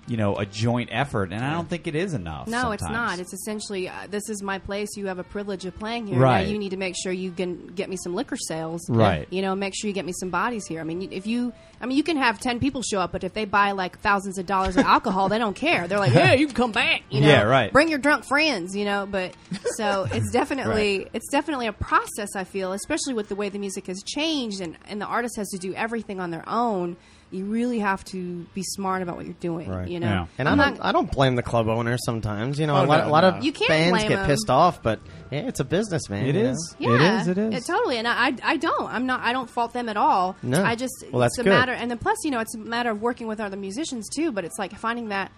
B: you know a joint effort, and I don't think it is enough.
D: No, it's
B: sometimes.
D: not. It's essentially uh, this is my place. You have a privilege of playing here.
B: Right.
D: Now you need to make sure you can get me some liquor sales.
B: Right.
D: You know, make sure you get me some bodies here. I mean, if you, I mean, you can have ten people show up, but if they buy like thousands of dollars of alcohol, they don't care.
B: (laughs)
D: They're like, yeah, you can come back. You know?
B: Yeah, right.
D: Bring your drunk friends. You know,
B: (laughs)
D: but so it's definitely it's definitely a process. I feel, especially with the way the music has changed and and the artist has to do everything on their own. You really have to be smart about what you're doing.
A: Right.
D: You know,
B: Yeah.
A: And I don't, I don't blame the club owners sometimes. You know, a
E: Oh,
A: lot, a
E: no,
A: lot
E: no.
A: of
D: You can't
A: fans
D: blame
A: get
D: 'em.
A: pissed off, but yeah, it's a business, man.
B: It
A: you know?
B: is.
D: Yeah,
B: It is. It is.
D: totally, and I, I, I don't. I'm not. I don't fault them at all.
A: No.
D: I just.
A: Well, that's
D: it's a
A: good.
D: matter, and then plus, you know, it's a matter of working with other musicians too. But it's like finding that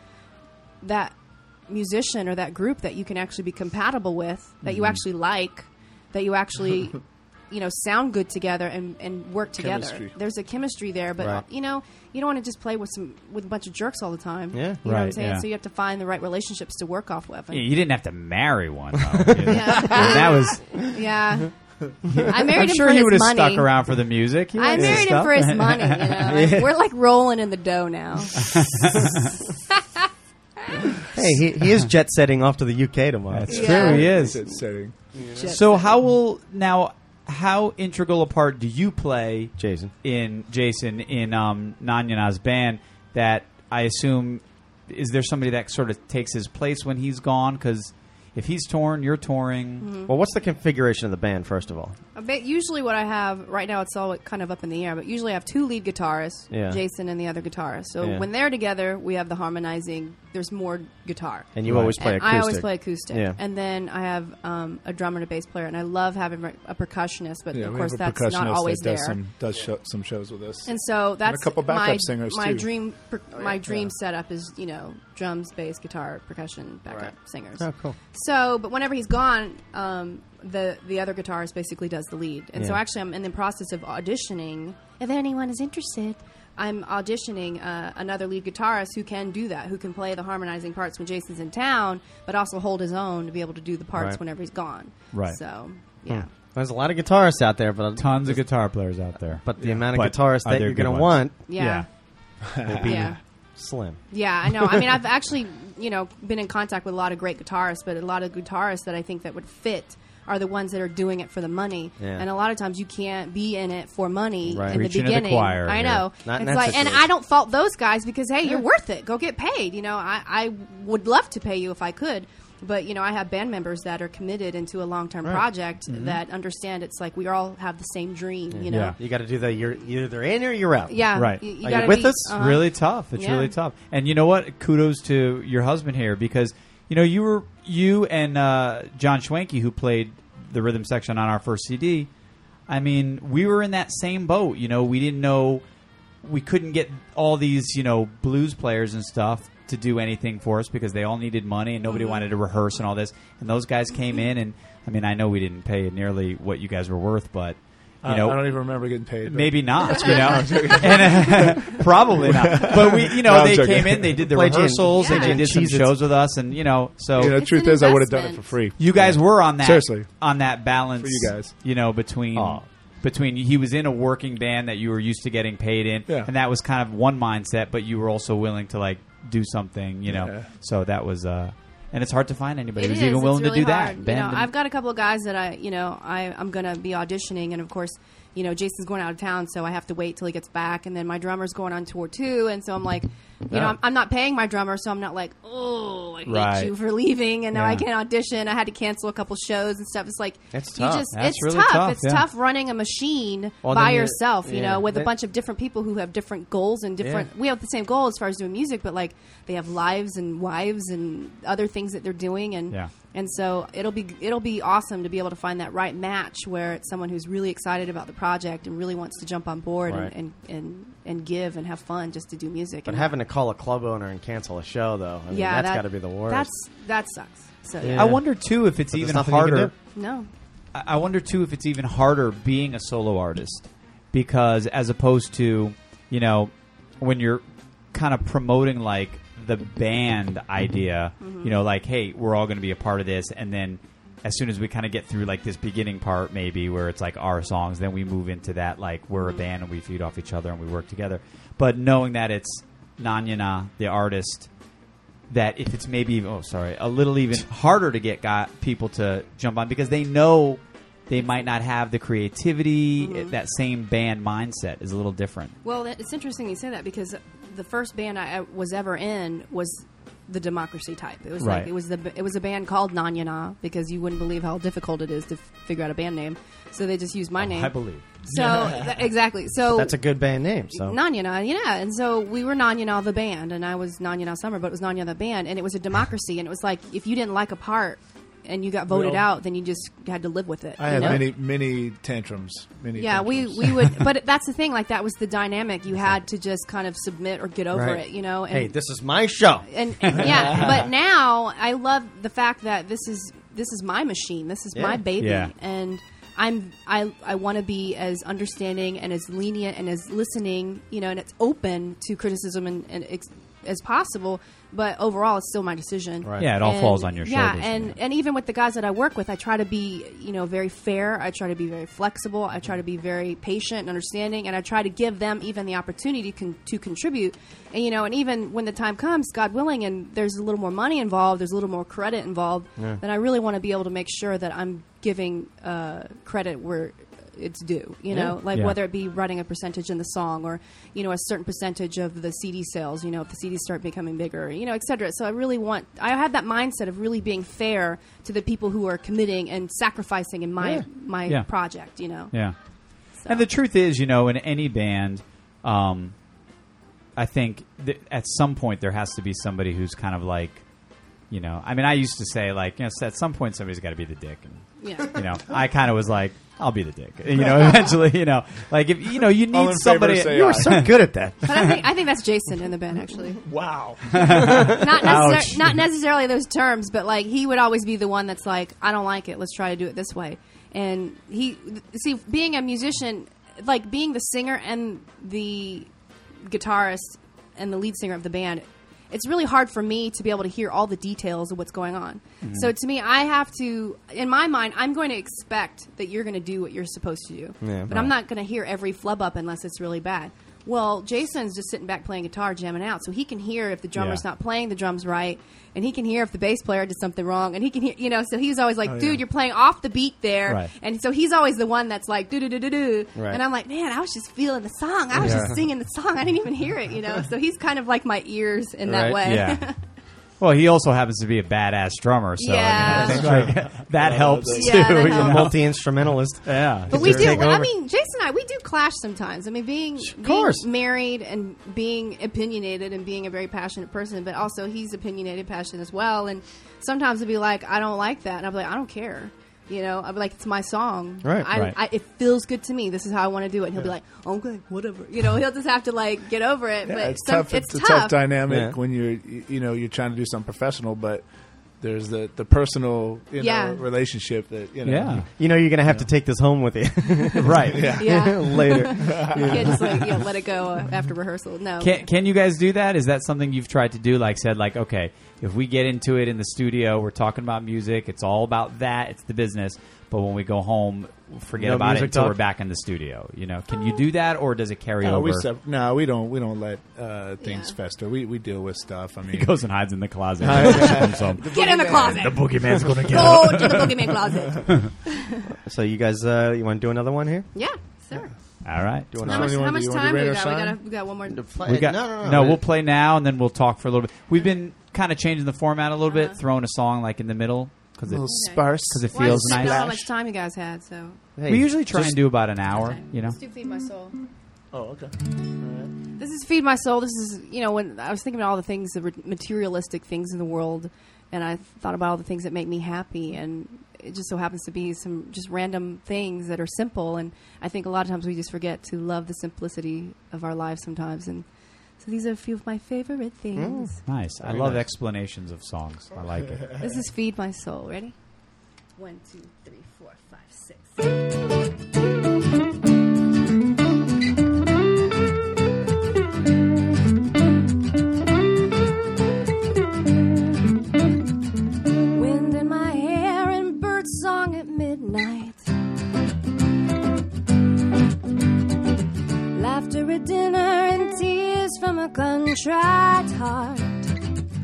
D: that musician or that group that you can actually be compatible with, that you actually like, that you actually. You know, sound good together and, and work together.
E: Chemistry.
D: There's a chemistry there, but
A: Right.
D: you know, you don't want to just play with some with a bunch of jerks all the time.
A: Yeah.
D: you know what I'm
B: Right,
D: saying.
B: yeah.
D: So you have to find the right relationships to work off with. And-
B: Yeah, You didn't have to marry one.
D: (laughs)
B: Though, you know? That was
D: yeah, I married
B: I'm
D: him
B: sure
D: for
B: he
D: his
B: would have
D: money.
B: stuck around for the music. He
D: I
B: likes
D: married him
B: stuff. (laughs)
D: for his money.
A: (laughs)
D: You know? Like, We're like rolling in the dough now.
A: Hey, he, he (laughs) is jet setting off to the UK tomorrow.
B: That's
D: Yeah.
B: true. He
E: It's
B: is.
E: that setting.
B: So how will now? How integral a part do you play,
A: Jason.
B: In Jason in um, Nanyana's band, that I assume is there somebody that sort of takes his place when he's gone? Because if he's torn, you're touring.
D: Mm-hmm.
A: Well, what's the configuration of the band, first of all?
D: I bet usually what I have right now, it's all kind of up in the air. But usually I have two lead guitarists,
A: Yeah.
D: Jason and the other guitarist. So
A: Yeah.
D: when they're together, we have the harmonizing. There's more guitar.
A: And you
B: Right.
A: always play
D: and
A: acoustic.
D: I always play acoustic.
A: Yeah.
D: And then I have um, a drummer and a bass player, and I love having a percussionist, but
E: Yeah,
D: of
E: we
D: course
E: have a
D: that's
E: percussionist
D: not always
E: that does
D: there.
E: some does show, some shows with us.
D: and so that's
E: couple backup
D: my,
E: singers,
D: my
E: too.
D: dream per, my dream setup is you know drums bass guitar percussion backup
A: Right.
D: singers
A: Oh, cool.
D: so but whenever he's gone um, the the other guitarist basically does the lead and so
A: Yeah.
D: actually I'm in the process of auditioning if anyone is interested I'm auditioning uh, another lead guitarist who can do that who can play the harmonizing parts when Jason's in town but also hold his own to be able to do the parts
A: Right.
D: whenever he's gone
B: Right.
D: so yeah
A: There's a lot of guitarists out there, but
B: Tons of guitar players out there,
A: but the amount
B: But
A: of guitarists
B: are
A: that
B: there
A: you're
B: good
A: going to
B: ones?
A: want
D: yeah,
A: will
D: yeah.
A: be
D: yeah.
A: slim.
D: Yeah, I know. I mean, I've actually, you know, been in contact with a lot of great guitarists, but a lot of guitarists that I think that would fit are the ones that are doing it for the money.
A: Yeah.
D: And a lot of times you can't be in it for money
A: Right.
D: in
B: Preaching
D: the
B: to the
D: beginning.
B: choir
D: I
B: here.
D: know.
A: Not in that
D: it's like and
A: situation.
D: I don't fault those guys because hey, you're worth it. Go get paid, you know. I I would love to pay you if I could. But you know, I have band members that are committed into a long-term project
A: Mm-hmm.
D: that understand it's like we all have the same dream, you know.
B: Yeah.
A: You got to do that. You're either in or you're out.
D: Yeah,
B: Right.
D: You,
A: Are you
D: gotta
A: with
D: be-
A: us?
D: uh-huh.
B: really tough. It's
D: Yeah.
B: really tough. And you know what? Kudos to your husband here because you know you were you and uh, John Schwanke who played the rhythm section on our first CD. I mean, we were in that same boat. You know, we didn't know we couldn't get all these you know blues players and stuff to do anything for us because they all needed money and nobody
D: Mm-hmm.
B: wanted to rehearse and all this. And those guys came in and I mean, I know we didn't pay nearly what you guys were worth, but. You
E: I-
B: know,
E: I don't even remember getting paid. but-
B: Maybe not, you
E: (laughs)
B: know, and, uh, (laughs) probably not. But we, you know,
E: No, I'm
B: they
E: joking.
B: came in, they did the
A: Play gin.
B: rehersals,
D: Yeah.
B: they did some
A: Cheez-Its.
B: shows with us, and you know, so
E: You know, the
D: It's
E: truth
D: an
E: is, I would have done it for
D: investment.
E: free.
B: you guys were on that
E: Seriously.
B: on that balance
E: For you guys.
B: you know, between
A: Aw.
B: between he was in a working band that you were used to getting paid in,
E: Yeah.
B: and that was kind of one mindset, but you were also willing to like do something, you know.
E: Yeah.
B: So that was, uh and it's hard to find anybody
D: It
B: who's
D: is.
B: even
D: It's
B: willing
D: really
B: to do
D: hard.
B: that.
D: You
B: Band
D: know,
B: and-
D: I've got a couple of guys that I, you know, I, I'm going to be auditioning, and of course, you know, Jason's going out of town, so I have to wait till he gets back, and then my drummer's going on tour too, and so I'm like, You
E: Yeah.
D: know, I'm, I'm not paying my drummer, so I'm not like, oh, I hate
B: Uh. Right.
D: you for leaving, and now I
B: Yeah.
D: can't audition. I had to cancel a couple shows and stuff. It's like
A: That's
D: you
A: tough.
D: just
B: That's
D: it's
B: really
D: tough.
B: tough,
D: It's
B: yeah.
D: tough running a machine
A: Well,
D: by
A: then you-
D: yourself, you
A: yeah.
D: know, with a
A: That-
D: bunch of different people who have different goals and different.
A: Yeah.
D: We have the same goal as far as doing music, but like they have lives and wives and other things that they're doing, and
B: Yeah.
D: and so it'll be it'll be awesome to be able to find that right match where it's someone who's really excited about the project and really wants to jump on board
B: Right.
D: and, and and and give and have fun just to do music.
A: But
D: and
A: having to call a club owner and cancel a show, though, I mean,
D: yeah,
A: that's
D: that-
A: got to be the worst.
D: That's that sucks. So yeah.
A: Yeah.
B: I wonder too if it's
A: But there's
B: even
A: nothing you can
B: harder.
A: do.
D: no,
B: I I wonder too if it's even harder being a solo artist because as opposed to you know when you're kind of promoting like the band idea, you know, like hey, we're all going to be a part of this, and then as soon as we kind of get through like this beginning part, maybe where it's like our songs, then we move into that like we're a band and we feed off each other and we work together. But knowing that it's Nanyana, the artist, that if it's maybe even, oh sorry a little even harder to get guy, people to jump on because they know they might not have the creativity that same band mindset is a little different
D: Well, it- it's interesting you say that because the first band I I was ever in was the democracy type. It was
B: Right.
D: like it was the it was a band called Nanyana because you wouldn't believe how difficult it is to f- figure out a band name. So they just used
A: Oh,
D: my name.
B: I believe
A: (laughs)
D: So th- exactly. So
A: That's a good band name. So
D: Nanyana, yeah. And so we were Nanyana the band, and I was Nanyana Summer, but it was Nanyana the band, and it was a democracy, and it was like if you didn't like a part and you got voted
E: Well,
D: out, then you just had to live with it.
E: I
D: you
E: had
D: know?
E: many many tantrums. Many
D: Yeah, we
E: tantrums.
D: we
A: (laughs)
D: would, but that's the thing. Like that was the dynamic. You had to just kind of submit or get over
A: Right.
D: it, you know. And,
A: hey, this is my show.
D: and, and-
B: (laughs)
D: yeah, but now I love the fact that this is this is my machine. This is my baby,
B: Yeah.
D: and I'm I I want to be as understanding and as lenient and as listening, you know, and it's open to criticism and, and ex- as possible. But overall, it's still my decision.
A: Right.
B: yeah it all
D: And-
B: falls on your
D: yeah,
B: shoulders
D: and and even with the guys that I work with, I try to be you know very fair. I try to be very flexible. I try to be very patient and understanding, and I try to give them even the opportunity con- to contribute. And you know, and even when the time comes, God willing, and there's a little more money involved, there's a little more credit involved, then I really want to be able to make sure that I'm giving uh, credit where it's due. You know, like
B: Yeah.
D: whether it be writing a percentage in the song or you know a certain percentage of the CD sales. You know, if the CDs start becoming bigger, you know, et cetera. So I really want. I had that mindset of really being fair to the people who are committing and sacrificing in my my
B: Yeah.
D: project. You know.
B: Yeah. And the truth is, you know, in any band, um, I think th- at some point there has to be somebody who's kind of like, you know, I mean, I used to say like, you know, at some point somebody's got to be the dick, and
D: Yeah.
B: you
D: (laughs)
B: know, I kind of was like, I'll be the dick, you know, (laughs) eventually, you know, like if you know, you
E: All in
B: need
E: favor,
B: somebody.
E: say
A: You
E: aye.
A: were so good at that.
D: But I think I think that's Jason in the band actually.
E: wow.
D: Not
B: Ouch.
D: necessar- not necessarily those terms, but like he would always be the one that's like, I don't like it. Let's try to do it this way. And he see being a musician, like being the singer and the guitarist and the lead singer of the band. It's really hard for me to be able to hear all the details of what's going on. So to me, I have to, in my mind, I'm going to expect that you're going to do what you're supposed to do.
A: Yeah.
D: but I'm not going to hear every flub up unless it's really bad. Well, Jason's just sitting back playing guitar, jamming out, so he can hear if the drummer's
B: Yeah.
D: not playing the drums right, and he can hear if the bass player did something wrong, and he can hear, you know. So he's always like,
E: yeah.
D: "Dude, you're playing off the beat there,"
B: Right.
D: and so he's always the one that's like, "Do do do do do,"
A: Right.
D: and I'm like, "Man, I was just feeling the song, I was just singing the song, I didn't even hear it," you know. So he's kind of like my ears in (laughs) that
A: Right.
D: way. (laughs)
B: Yeah. Well, he also happens to be a badass drummer, so I mean,
D: Yeah.
B: I think, like, (laughs) that helps
E: that's-
B: too.
D: Yeah, that
B: you know?
D: helps. (laughs)
A: Multi instrumentalist.
B: Yeah.
D: But we do.
A: take
D: I
A: over.
D: mean, Jason and I, we do clash sometimes. I mean, being, being
A: course.
D: married and being opinionated and being a very passionate person, but also he's opinionated, passionate as well. And sometimes it'd be like, I don't like that, and I'll be like, I don't care. You know, I'll be like, it's my song.
A: Right,
D: I,
B: right.
D: I, it feels good to me. This is how I want to do it. And he'll be like, okay, whatever. You know, he'll just have to like get over it.
E: Yeah,
D: but
E: it's
D: some,
E: tough.
D: It's,
E: a
D: tough.
E: tough dynamic
A: Yeah.
E: when you're you you know you're trying to do something professional, but there's the the personal you know,
D: Yeah.
E: relationship that you
D: (laughs)
E: know.
B: Yeah.
A: You know, you're gonna have to take this home with you
B: Right.
D: Yeah.
A: later.
D: You can't just like (laughs) yeah, let it go uh, after rehearsal. No.
B: Can, can you guys do that? Is that something you've tried to do? Like said, like okay, if we get into it in the studio, we're talking about music. It's all about that. It's the business. But when we go home, forget
A: No
B: about it
A: music
B: until
A: talk?
B: we're back in the studio. You know, can you do that, or does it carry
E: No,
B: over?
E: Oh, we sep- no, we don't. We don't let uh, things
D: Yeah.
E: fester. We we deal with stuff. I mean,
B: He goes and hides in the closet.
D: Get in the closet.
B: (laughs)
D: The
B: boogeyman's going to
D: Go to the boogeyman closet.
A: so you guys, uh, you want to do another one here?
D: Yeah, sure.
B: All right.
A: Do you want to
D: How much,
E: wanna-
D: how much
E: you wanna do
D: time do we
E: radar
D: got? We
E: sign?
D: got, we got one more.
A: to play?
B: We got,
A: no, no, no.
B: we'll play now and then we'll talk for a little bit. We've been kind of changing the format a little
A: Uh-huh.
B: bit, throwing a song like in the middle because it,
E: little
D: Okay.
E: sparse.
B: 'cause it
D: Well, I
B: feels
D: just didn't
B: nice.
D: know how much time you guys had, so.
A: Hey,
B: we usually try
A: just-
B: and do about an hour,
D: Okay.
B: you know.
D: Let's do Feed My Soul.
E: Oh, okay.
D: This is Feed My Soul. This is, you know, when I was thinking about all the things, the re- materialistic things in the world, and I thought about all the things that make me happy, and it just so happens to be some just random things that are simple, and I think a lot of times we just forget to love the simplicity of our lives sometimes, and so these are a few of my favorite
E: Mm.
D: things.
B: Nice. I love explanations of songs. I like it.
D: (laughs) This is Feed My Soul. Ready? One, two, three, four, five, six.
F: wind in my hair and bird song at midnight. Laughter at dinner and tears from a contrite heart.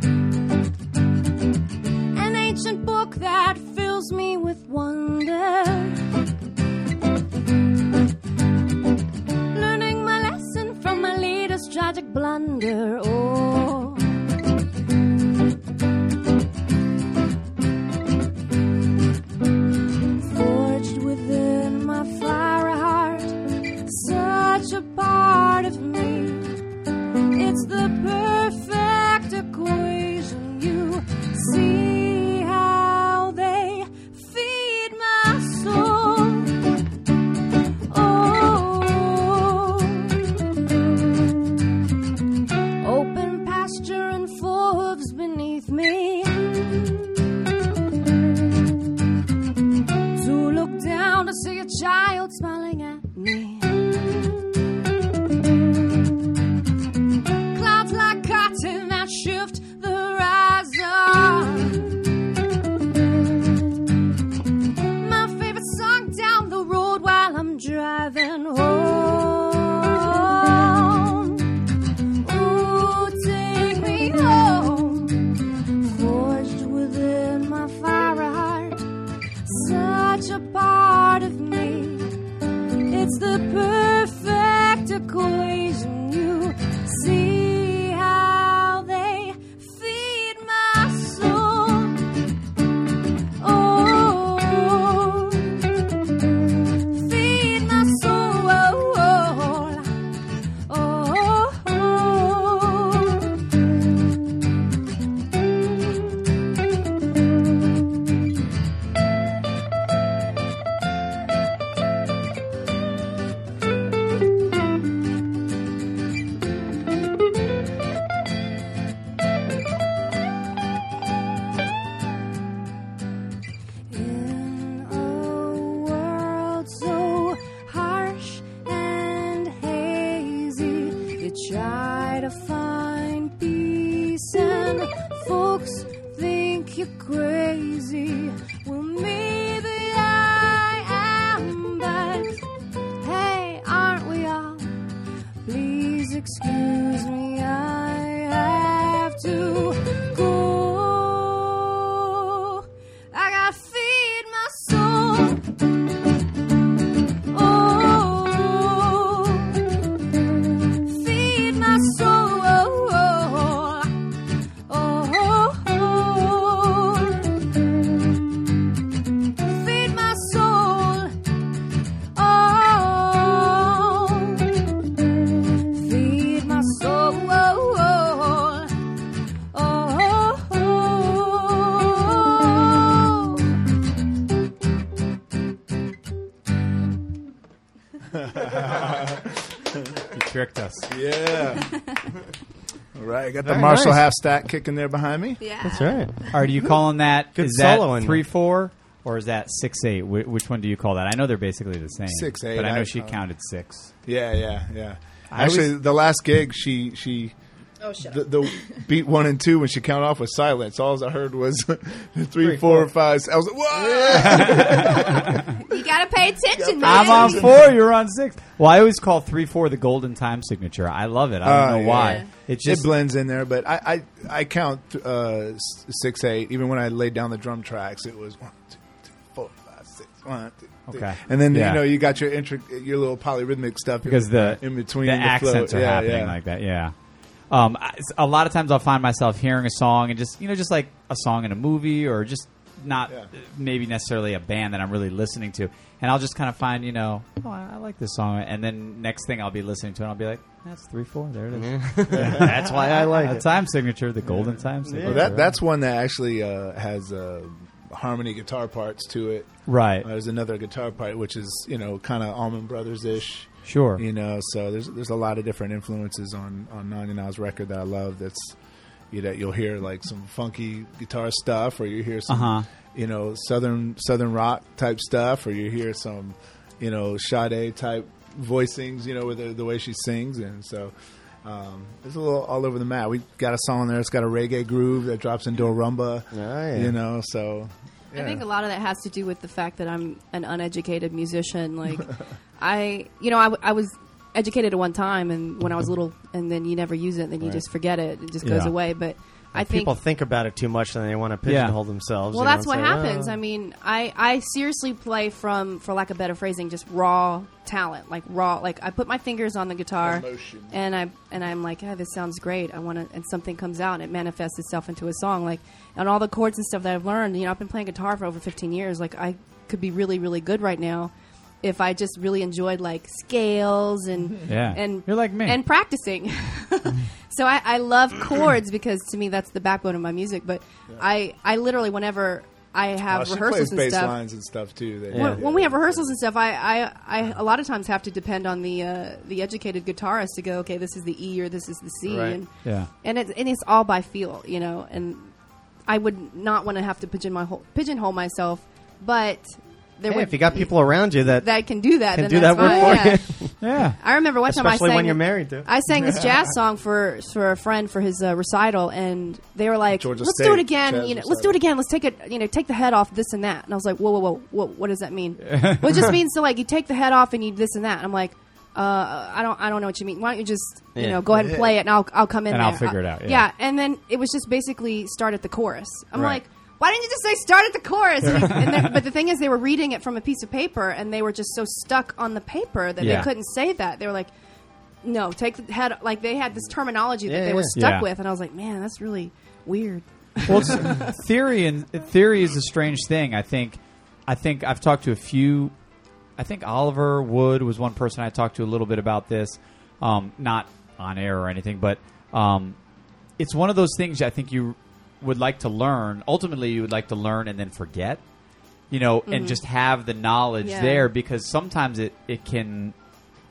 F: An ancient book that fills me with wonder. Learning my lesson from my latest tragic blunder. Oh. forged within my fiery heart, such a part of me. It's the perfect equation. You see how they feed my soul. Oh, open pasture and full hooves beneath me to look down to see a child smiling at me. Clouds like cotton that shift the horizon. My favorite song down the road while I'm driving home. Ooh, take me home. Forged within my fiery heart such a part of me. It's the perfect equation. You see how they feed my soul. Oh, feed my soul. oh. In a world so harsh and hazy, you try to find peace, and folks think you're crazy. Well, maybe I am, but hey, aren't we all? Please excuse me, I have to go. I gotta feed my soul. Oh, feed my soul. oh. feed my soul. Oh, feed my soul. Oh, oh,
B: You tricked us.
E: Yeah.
D: (laughs)
E: All right, I got the
A: Very
E: Marshall
A: nice.
E: half stack kicking there behind me.
D: Yeah.
A: That's right.
B: All right, are you calling that?
A: Good
B: is that
A: solo in
B: three
A: there.
B: four or is that six eight? Wh- which one do you call that? I know they're basically the same.
E: Six, eight,
B: But I know
E: I-
B: she
E: uh,
B: counted six.
E: Yeah, yeah, yeah.
B: I
E: Actually,
B: was-
E: the last gig, she she
D: Oh, shut
E: the,
D: up.
E: the beat one and two when she counted off was silence. All I heard was (laughs) three,
A: Three,
E: four, five. I was like, "Whoa!"
D: You gotta pay attention, man.
B: I'm
E: (laughs)
B: on four. You're on six. Well, I always call three four the golden time signature. I love it. I don't
E: Oh,
B: know
E: yeah.
B: why. It just
E: it blends in there, but I I, I count uh, s- six eight. Even when I laid down the drum tracks, it was one, two, three, four, five, six, one, two, three.
B: Okay.
E: And then
B: Yeah.
E: you know you got your intric- your little polyrhythmic stuff
B: because the
E: in between
B: the,
E: the
B: accents
E: flow.
B: are
E: Yeah,
B: happening
E: yeah.
B: like that. Yeah. Um, I- s- a lot of times I'll find myself hearing a song and just you know just like a song in a movie or just not
E: Yeah.
B: uh, maybe necessarily a band that I'm really listening to, and I'll just kind of find you know oh I, I like this song, and then next thing I'll be listening to it, and I'll be like that's three four there it is.
A: That's why I like
B: A
A: it.
B: time signature, the golden time signature.
E: Well, that that's one that actually uh, has uh, harmony guitar parts to it.
B: right.
E: Uh, there's another guitar part which is you know kind of Allman Brothers ish.
B: Sure.
E: You know, so there's there's a lot of different influences on on Nine Nile's record that I love. That's you know you'll hear like some funky guitar stuff, or you hear some
B: Uh-huh.
E: you know southern southern rock type stuff, or you hear some you know Sade type voicings. You know with the, the way she sings, and so. Um, it's a little all over the map. We got a song there. It's got a reggae groove that drops into a rumba.
A: yeah.
E: You know, so
D: I think
E: yeah.
D: a lot of that has to do with the fact that I'm an uneducated musician. Like, I, you know, I, w- I was educated at one time, and when I was little, and then you never use it, and then you just forget it; it just goes
B: Yeah.
D: away. But I think
A: People think about it too much, and they want to pigeonhole themselves.
D: well,
A: you know,
D: that's what
A: and say,
D: happens.
A: "Oh."
D: I mean, I, I seriously play from, for lack of better phrasing, just raw talent, like raw. Like I put my fingers on the guitar,
E: Emotion.
D: and I and I'm like, oh, this sounds great. I want to, and something comes out, and it manifests itself into a song. Like, and all the chords and stuff that I've learned. You know, I've been playing guitar for over 15 years. Like, I could be really, really good right now. If I just really enjoyed like scales and
B: Yeah.
D: and
B: You're like me. (laughs)
D: and practicing, So I, I
E: (clears throat)
D: love chords because to me that's the backbone of my music. But I, I literally whenever I have
E: Oh, she
D: rehearsals
E: plays
D: and
E: bass
D: stuff,
E: lines and stuff too. that-
D: when,
E: yeah.
D: when we have rehearsals and stuff, I, I, I a lot of times have to depend on the uh, the educated guitarist to go, okay, this is the E or this is the C,
A: Right.
D: and
B: Yeah.
D: and it's and it's all by feel, you know. And I would not want to have to pigeon my whole, pigeonhole myself, but there
A: Hey,
D: would
A: if you got people around you that,
D: that can do that,
A: can
D: then
A: do
D: that's
A: that work
D: fine,
A: for you.
D: yeah.
B: yeah.
D: I remember one time I
A: Especially
D: sang
A: when you're married to.
D: I
B: (laughs)
D: sang this jazz song for for a friend for his uh, recital, and they were like,
E: Georgia
D: "Let's
E: State
D: do it again,
E: jazz
D: you know. Let's do
E: recital.
D: it again. Let's take it, you know, take the head off this and that." And I was like, "Whoa, whoa, whoa! What, what does
B: (laughs)
D: that mean?" well, it just means to like you take the head off and you this and that. And I'm like, uh, "I don't, I don't know what you mean. Why don't you just, you
A: Yeah.
D: know, go ahead and play it, and I'll, I'll come in
B: And
D: there. Uh,
B: I'll figure it out, yeah.
D: And then it was just basically start at the chorus. I'm
B: Right.
D: like. Why didn't you just say start at the
B: (laughs)
D: chorus? And they- and then- but the thing is, they were reading it from a piece of paper, and they were just so stuck on the paper that
B: Yeah.
D: they couldn't say that. They were like, no, take the head. Like they had this terminology that
A: Yeah,
D: they were
A: yeah.
D: stuck
B: Yeah.
D: with, and I was like, man, that's really weird.
B: well, it's- theory and theory is a strange thing. I think, I think I've talked to a few. I think Oliver Wood was one person I talked to a little bit about this, um, not on air or anything, but um, it's one of those things I think you would like to learn. Ultimately, you would like to learn and then forget, you know, and just have the knowledge
D: Mm-hmm. Yeah.
B: there because sometimes it it can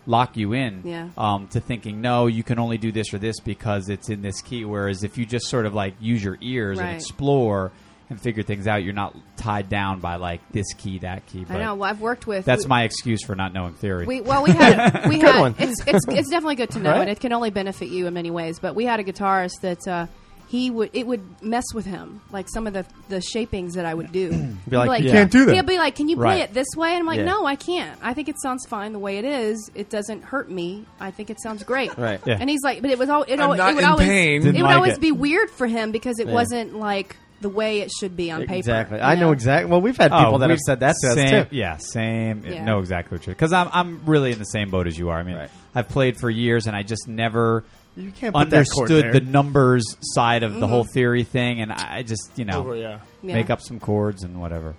B: lock you in
D: Yeah.
B: um, to thinking no you can only do this or this because it's in this key whereas if you just sort of like use your ears and
D: Right.
B: explore and figure things out you're not tied down by like this key that key but
D: I know. Well, I've worked with.
B: that's
D: we-
B: my excuse for not knowing theory
D: We, well, we had
A: (laughs)
D: we had
A: one.
D: it's, it's it's definitely good to know,
B: Right?
D: and it can only benefit you in many ways. But we had a guitarist that uh, he would it would mess with him, like some of the the shapings that I would do. He'd
A: like, "You can't do that."
D: He'd be like, "Can you play
B: Right.
D: it this way?" And I'm like,
A: Yeah.
D: "No, I can't. I think it sounds fine the way it is. It doesn't hurt me. I think it sounds great."
A: Right. Yeah.
D: And he's like, "But it was all it, al-
E: not
D: it would
E: in
D: always
E: pain.
D: it
B: Didn't
D: would
B: like
D: always
B: it.
D: be weird for him because it wasn't like the way it should be on paper."
A: exactly.
D: you
A: I know exactly. Well, we've had people that
B: Oh, we've-
A: have said that to
B: same,
A: us too.
B: Yeah, same.
D: Yeah.
B: No, exactly what you're. Because I'm I'm really in the same boat as you are. I mean,
A: Right.
B: I've played for years, and I just never
A: You can't put that chord
B: understood
A: there.
B: the numbers side of the
D: Mm-hmm.
B: whole theory thing, and I just you know
E: Over, yeah.
D: Yeah.
B: make up some chords and whatever.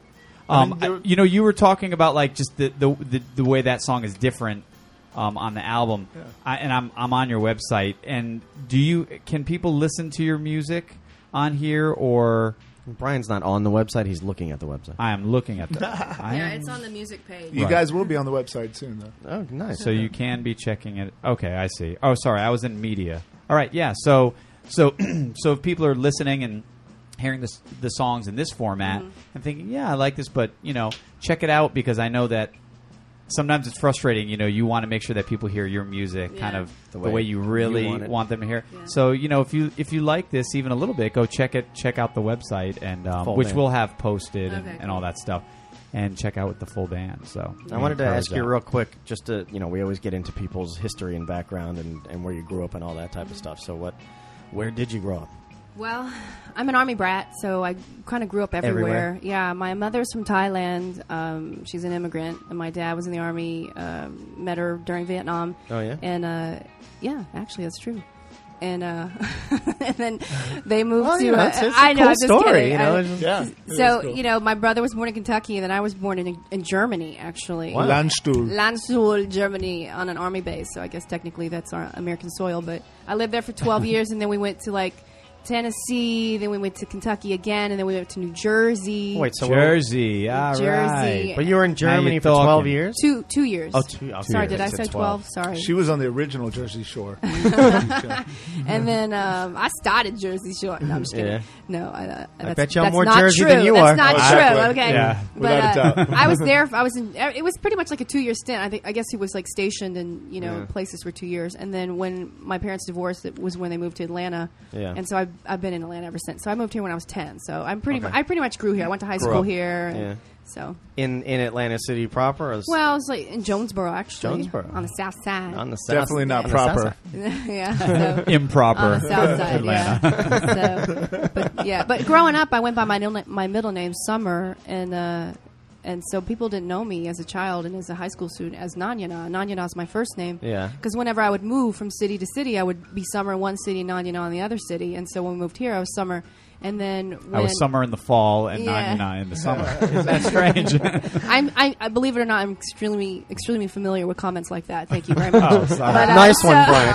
B: Um, I- you know, you were talking about like just the the the, the way that song is different. Um, on the album, I, and I'm I'm on your website. And do you can people listen to your music on here, or
A: Brian's not on the website; he's looking at the website.
B: I am looking at the I
D: Yeah,
B: am-
D: it's on the music page.
E: You guys will be on the website soon, though.
A: Oh, nice.
B: So you can be checking it. Okay, I see. Oh, sorry, I was in media. All right, yeah. So, so, (clears throat) so if people are listening and hearing this, the songs in this format
D: Mm-hmm.
B: and thinking, yeah, I like this, but you know, check it out because I know that sometimes it's frustrating. You know, you want to make sure that people hear your music kind
D: Yeah.
B: of the
A: The
B: way,
A: way
B: you really
A: you want
B: want,
A: it.
B: them to hear.
D: Yeah.
B: So, you know, if you if you like this even a little bit, go check it. Check out the website and um,
A: Full
B: which
A: band.
B: we'll have posted
D: Okay,
B: and, and all
D: cool.
B: that stuff. And check out with the full band. So
A: I wanted to
B: encourage
A: ask you
B: that.
A: real quick, just to you know, we always get into people's history and background and, and where you grew up and all that type of stuff. So what, where did you grow up?
D: Well, I'm an army brat, so I kind of grew up everywhere.
A: Everywhere.
D: Yeah, my mother's from Thailand. Um, she's an immigrant, and my dad was in the army. Um, met her during Vietnam.
A: Oh, yeah?
D: and uh, yeah, actually, that's true. And uh, (laughs) and then they moved
A: Well,
D: to.
A: you know,
D: uh,
A: it's- it's a
D: I know,
A: cool
D: I'm just
A: story,
D: kidding.
A: you know,
D: I-
A: it's just-
E: Yeah.
D: so you know, my brother was born in Kentucky, and then I was born in, in Germany, actually.
E: Landstuhl.
D: Landstuhl, Germany, on an army base. So I guess technically that's our American soil. But I lived there
A: (laughs)
D: for 12 years, and then we went to like Tennessee, then we went to Kentucky again, and then we went to New Jersey.
A: Wait, so
B: Jersey, all
D: Jersey.
B: right.
A: But you were in Germany for
B: talking.
A: 12 years?
D: two two years.
A: Oh, two- oh, two
D: Sorry,
A: years.
D: did I
A: You said
D: say 12? Sorry.
E: She was on the original
D: (laughs)
E: Jersey Shore.
D: and then um, I started Jersey Shore. No, I'm just kidding.
A: Yeah.
D: No, I, uh, that's,
A: bet you I'm
D: that's
A: more
D: not
A: Jersey
D: true.
A: than you
D: that's
A: are.
D: not
E: Oh,
D: true.
E: exactly.
D: Okay, uh,
B: Yeah.
E: Without a
D: (laughs)
E: doubt.
D: I was there. I was in. It was pretty much like a two-year stint. I think. I guess he was like stationed in you know places for two years, and then when my parents divorced, it was when they moved to Atlanta.
A: Yeah.
D: And so I've, I've been in Atlanta ever since. So I moved here when I was ten. So I'm pretty. mu- I pretty much grew here. I went to high school
A: up.
D: here. and
A: Yeah.
D: So
A: In, in Atlanta City proper? Or is-
D: well, I was like in Jonesboro actually,
A: Jonesboro.
D: on the south side.
A: on the south,
E: Definitely not
A: on the south
E: proper.
A: side.
D: (laughs) yeah. So.
B: Improper.
D: On the south side, yeah. So, but, yeah, but growing up, I went by my middle, my middle name Summer, and uh, and so people didn't know me as a child and as a high school student as Nanyana. Nanyana's my first name.
A: Yeah.
D: Because whenever I would move from city to city, I would be Summer in one city, Nanyana in the other city, and so when we moved here, I was Summer. And then when
B: I was summer in the fall and
D: Yeah.
B: yeah. in the summer. Isn't that strange? (laughs)
D: (laughs) I'm, I, I believe it or not, I'm extremely extremely familiar with comments like that. Thank
B: (laughs)
D: you very much.
B: oh, sorry.
D: But, uh,
A: Nice one,
D: so-
A: Brian.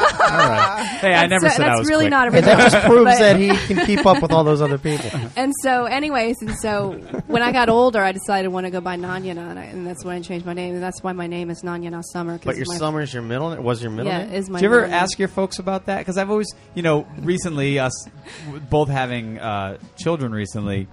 D: (laughs)
B: Hey, I never
D: so
B: said
D: that's
B: I was
D: really
B: quick. (laughs)
D: not
A: And
D: original.
A: that just proves
D: (laughs) But-
A: that he can keep up with all those other
D: (laughs)
A: people.
D: And so, anyways, and so when I got older, I decided I want to go by Nanyana, and, I, and that's when I changed my name. And that's why my name is Nanyana Summer. 'cause
A: But your
D: my,
A: summer's your middle name? Was your middle
D: yeah,
A: name?
D: is my.
B: Do you ever
D: name.
B: ask your folks about that? Because I've always, you know, recently us w- both having uh, children recently,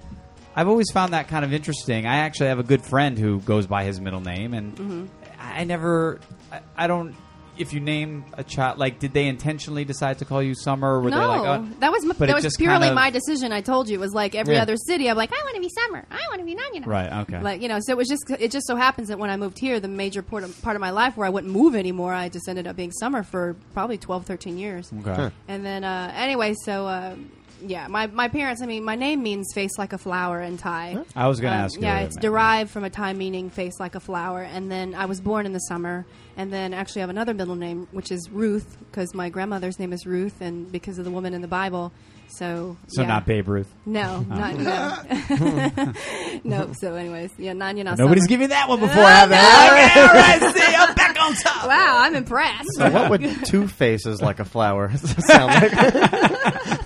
B: I've always found that kind of interesting. I actually have a good friend who goes by his middle name, and
D: Mm-hmm.
B: I I never, I, I don't. If you name a child, like, did they intentionally decide to call you Summer? Were they
D: No,
B: like, oh,
D: that was my,
B: but it
D: that was
B: just
D: purely
B: kind of-
D: my decision. I told you it was like every
A: Yeah.
D: other city. I'm like, I want to be Summer. I want to be Nanyana.
B: Right, okay.
D: Like you know, so it was just it just so happens that when I moved here, the major part of, part of my life where I wouldn't move anymore, I just ended up being Summer for probably 12, 13 years.
B: Okay.
D: And then uh, anyway, so uh, yeah, my my parents. I mean, my name means face like a flower in Thai.
B: I was gonna
D: Um,
B: ask you
D: Yeah,
B: what it
D: it's
B: meant.
D: derived from a Thai meaning face like a flower. And then I was born in the summer. And then actually, I have another middle name which is Ruth because my grandmother's name is Ruth, and because of the woman in the Bible. So
B: So
D: yeah.
B: not Babe Ruth.
D: No, not no. (laughs) no. So anyways, yeah, Nanya. Not
B: Nobody's
D: summer.
B: giving that
D: (laughs)
B: one before, have they? Okay, all right, see, I'm back on top.
D: Oh, Wow, I'm impressed.
A: So what
D: (laughs)
A: would two faces like a flower (laughs) sound like?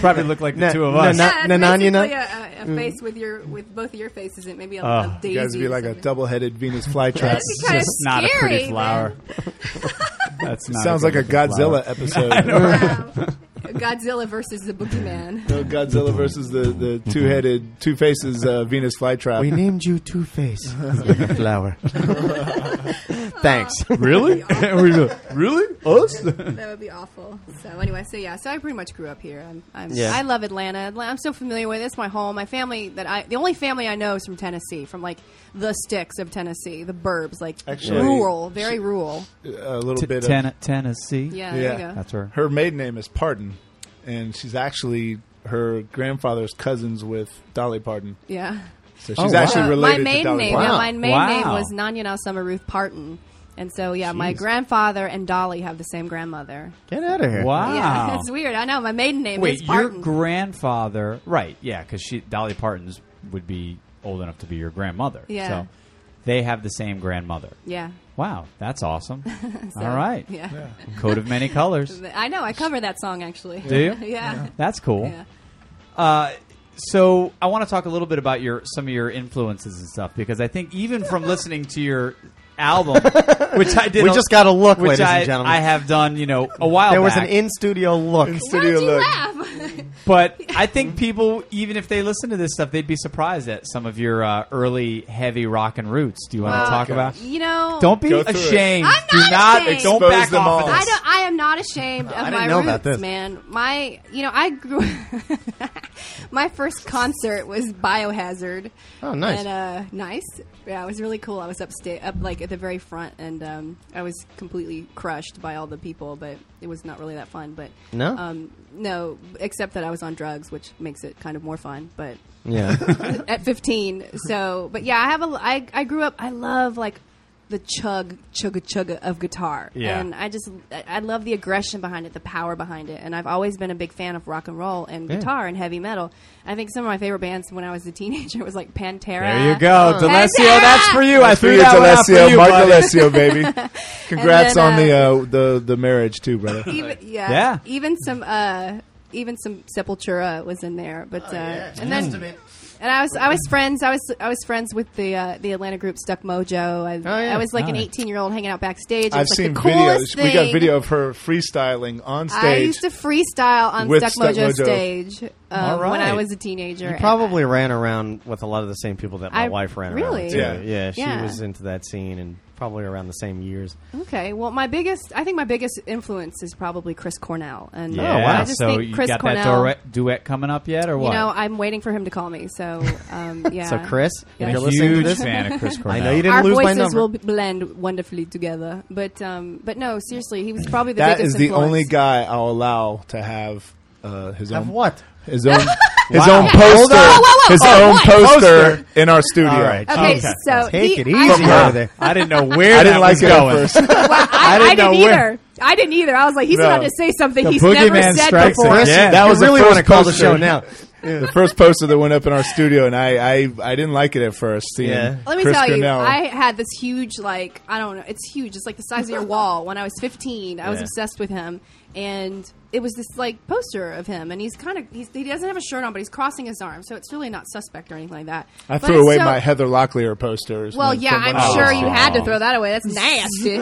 B: Probably look like the
A: No,
B: two of
A: no,
B: us.
A: no.
D: Yeah,
A: Na-
D: it's
A: na-
D: basically
A: na-
D: a, a- a face with your with both of your faces, and maybe a, a daisy.
E: You guys would be
D: or
E: like a
D: something.
E: double-headed Venus flytrap.
D: That'd be
B: It's
D: kinda
B: just not a pretty
D: scary,
B: flower.
D: (laughs) man.
B: That's not
E: (laughs) Sounds like a
B: good-looking
E: Godzilla
B: flower.
E: episode.
D: (laughs) Wow. Godzilla versus the Boogeyman.
E: No Godzilla versus the, the two-headed, two faces uh, Venus flytrap.
A: We named you Two (laughs) Face like a flower. Thanks.
E: really? (laughs) really? Us?
D: That would be awful. So anyway, so yeah, so I pretty much grew up here. I'm, I'm
A: Yeah.
D: I love Atlanta. Atla- I'm so familiar with it. It's my home. My family that I the only family I know is from Tennessee, from like the sticks of Tennessee, the burbs, like
E: Actually-
D: rural, very rural.
E: A little
B: T-
E: bit of
B: Ten- Tennessee.
D: Yeah,
E: Yeah.
D: there you go.
B: That's her.
E: Her maiden name is Pardon, and she's actually her grandfather's cousins with Dolly Parton.
D: yeah.
E: So she's
A: Oh, wow.
E: actually
D: Uh,
E: related
D: my
E: to
D: maiden
E: Dolly
D: name,
E: Parton.
D: yeah,
A: Wow.
D: my maiden
B: Wow.
D: name was Nanya Now Summer Ruth Parton. And so, yeah, my grandfather and Dolly have the same grandmother.
A: Get out of here.
B: Wow.
D: Yeah, (laughs) it's weird. I know. My maiden name
B: Wait,
D: is
B: your
D: Parton.
B: grandfather. Right, yeah, because she Dolly Parton's would be old enough to be your grandmother.
D: Yeah.
B: So they have the same grandmother.
D: yeah.
B: Wow, that's awesome.
D: (laughs) So,
B: All right.
D: Yeah.
B: Coat of many
D: (laughs)
B: colors.
D: I know. I cover that song actually.
B: Do you?
D: (laughs) yeah.
B: That's cool.
D: Yeah.
B: Uh, so I want to talk a little bit about your some of your influences and stuff because I think even from listening to your
A: (laughs)
B: album, which I did,
A: We
B: a-
A: just got a look,
B: which
A: ladies
B: I,
A: and gentlemen.
B: I have done, you know, a while.
A: there was
B: back.
A: an in studio look.
E: In studio look.
D: laugh? (laughs)
B: But I think people, even if they listen to this stuff, they'd be surprised at some of your uh, early heavy rock and roots. Do you want to
D: Well,
B: talk about?
D: You know,
B: Don't be
E: Go through it.
B: ashamed.
D: I'm
B: Do
D: not
B: not.
D: ashamed.
B: Don't back
E: Expose them
B: off. Of
E: all.
B: this.
D: I don't. I am not ashamed of
A: I didn't
D: my
A: know
D: roots,
A: about this.
D: man. My, you know, I grew. (laughs) my first concert was Biohazard.
A: Oh, nice.
D: And uh, nice. Yeah, it was really cool. I was upstate, up like at the very front, and um, I was completely crushed by all the people. But it was not really that fun. But
A: No?
D: um, no, except that I was on drugs, which makes it kind of more fun. But (laughs)
A: Yeah.
D: at 15. So, but yeah, I have a. I I grew up. I love like the chug chugga chugga of guitar,
B: Yeah.
D: and I just I I love the aggression behind it, the power behind it, and I've always been a big fan of rock and roll and guitar and heavy metal. I think some of my favorite bands when I was a teenager (laughs) was like Pantera.
B: There you go, Delesio.
D: Pantera!
B: That's for you. I
E: That's for
B: threw
E: you,
B: that one out for
E: D'Alessio.
B: you,
E: Mark
B: buddy.
E: D'Alessio, baby.
D: And
E: Congrats
D: then,
E: on the uh, the the marriage too, brother.
D: (laughs) Even, yeah,
B: Yeah.
D: Even some. uh even some Sepultura was in there,
E: Oh,
D: but uh, and then And I was I was friends I was I was friends with the uh, the Atlanta group Stuck Mojo. I, I was like an
B: Nice.
D: 18 year old hanging out backstage. It
E: Oh, I've
D: was, like,
E: seen
D: the coolest
E: videos. We got
D: thing.
E: video of her freestyling on stage.
D: I used to freestyle on
E: With
D: Stuck,
E: Stuck
D: Mojo,
E: Mojo.
D: stage uh,
B: All right.
D: when I was a teenager.
A: You probably ran around with a lot of the same people that my
D: I-
A: wife ran
D: really?
A: around with. too.
E: Yeah.
A: yeah, she
D: Yeah.
A: was into that scene and probably around the same years.
D: Okay, well, my biggest I think my biggest influence is probably Chris Cornell. And
B: Yeah.
D: I just
B: so
D: think
B: you
D: Chris
B: got
D: Cornell.
B: that duet, duet coming up yet, or
D: you
B: what?
D: know, I'm waiting for him to call me. So
B: (laughs)
D: um, yeah.
A: So, Chris, if
D: Yeah.
B: I'm
A: you're
B: a
A: listening to
B: huge
A: this, (laughs)
B: fan of Chris
A: I
B: Cornell.
A: know you didn't
D: Our
A: lose my
D: voices
A: number.
D: will blend wonderfully together, but um, but no, seriously, he was probably the
E: that
D: biggest
E: is the
D: influence.
E: only guy I'll allow to have uh, his own
A: Have what?
E: his own his
A: Wow.
E: own
A: Hold
E: poster
A: on.
E: his
A: Oh,
E: own
A: what?
E: poster,
A: Poster.
E: in our studio.
A: All right.
D: Okay,
B: Okay.
D: so
A: Take
D: he-
A: it
D: I-
A: easy out of there.
B: I didn't know where that
E: I didn't like
B: was
E: it
B: going.
E: at first.
D: Well, I, I
B: didn't
D: didn't,
B: know where.
D: either. I didn't either. I was like, he's
E: No.
D: about to say something
B: The
D: he's never
B: boogeyman
D: said
B: strikes
D: before.
B: again. Yeah.
E: That
A: You
E: was the
A: really
E: first
A: want to call the
E: poster.
A: show now.
E: (laughs) the first poster that went up in our studio, and I I, I didn't like it at first. Seeing
A: Yeah.
D: Let me
E: Chris
D: tell
E: Cornell.
D: you, I had this huge, like, I don't know, it's huge. It's like the size of your wall. When I was 15, I was
A: Yeah.
D: obsessed with him. And it was this, like, poster of him. And he's kind of, he's, he doesn't have a shirt on, but he's crossing his arm. So it's really not suspect or anything like that.
E: I
D: But
E: threw
D: it's
E: away
D: so-
E: my Heather Locklear posters.
D: Well,
E: when-
D: yeah,
E: from when
D: I'm
E: I was
D: sure
E: a
D: you
E: kid.
D: had to throw that away.
B: (laughs)
D: That's nasty.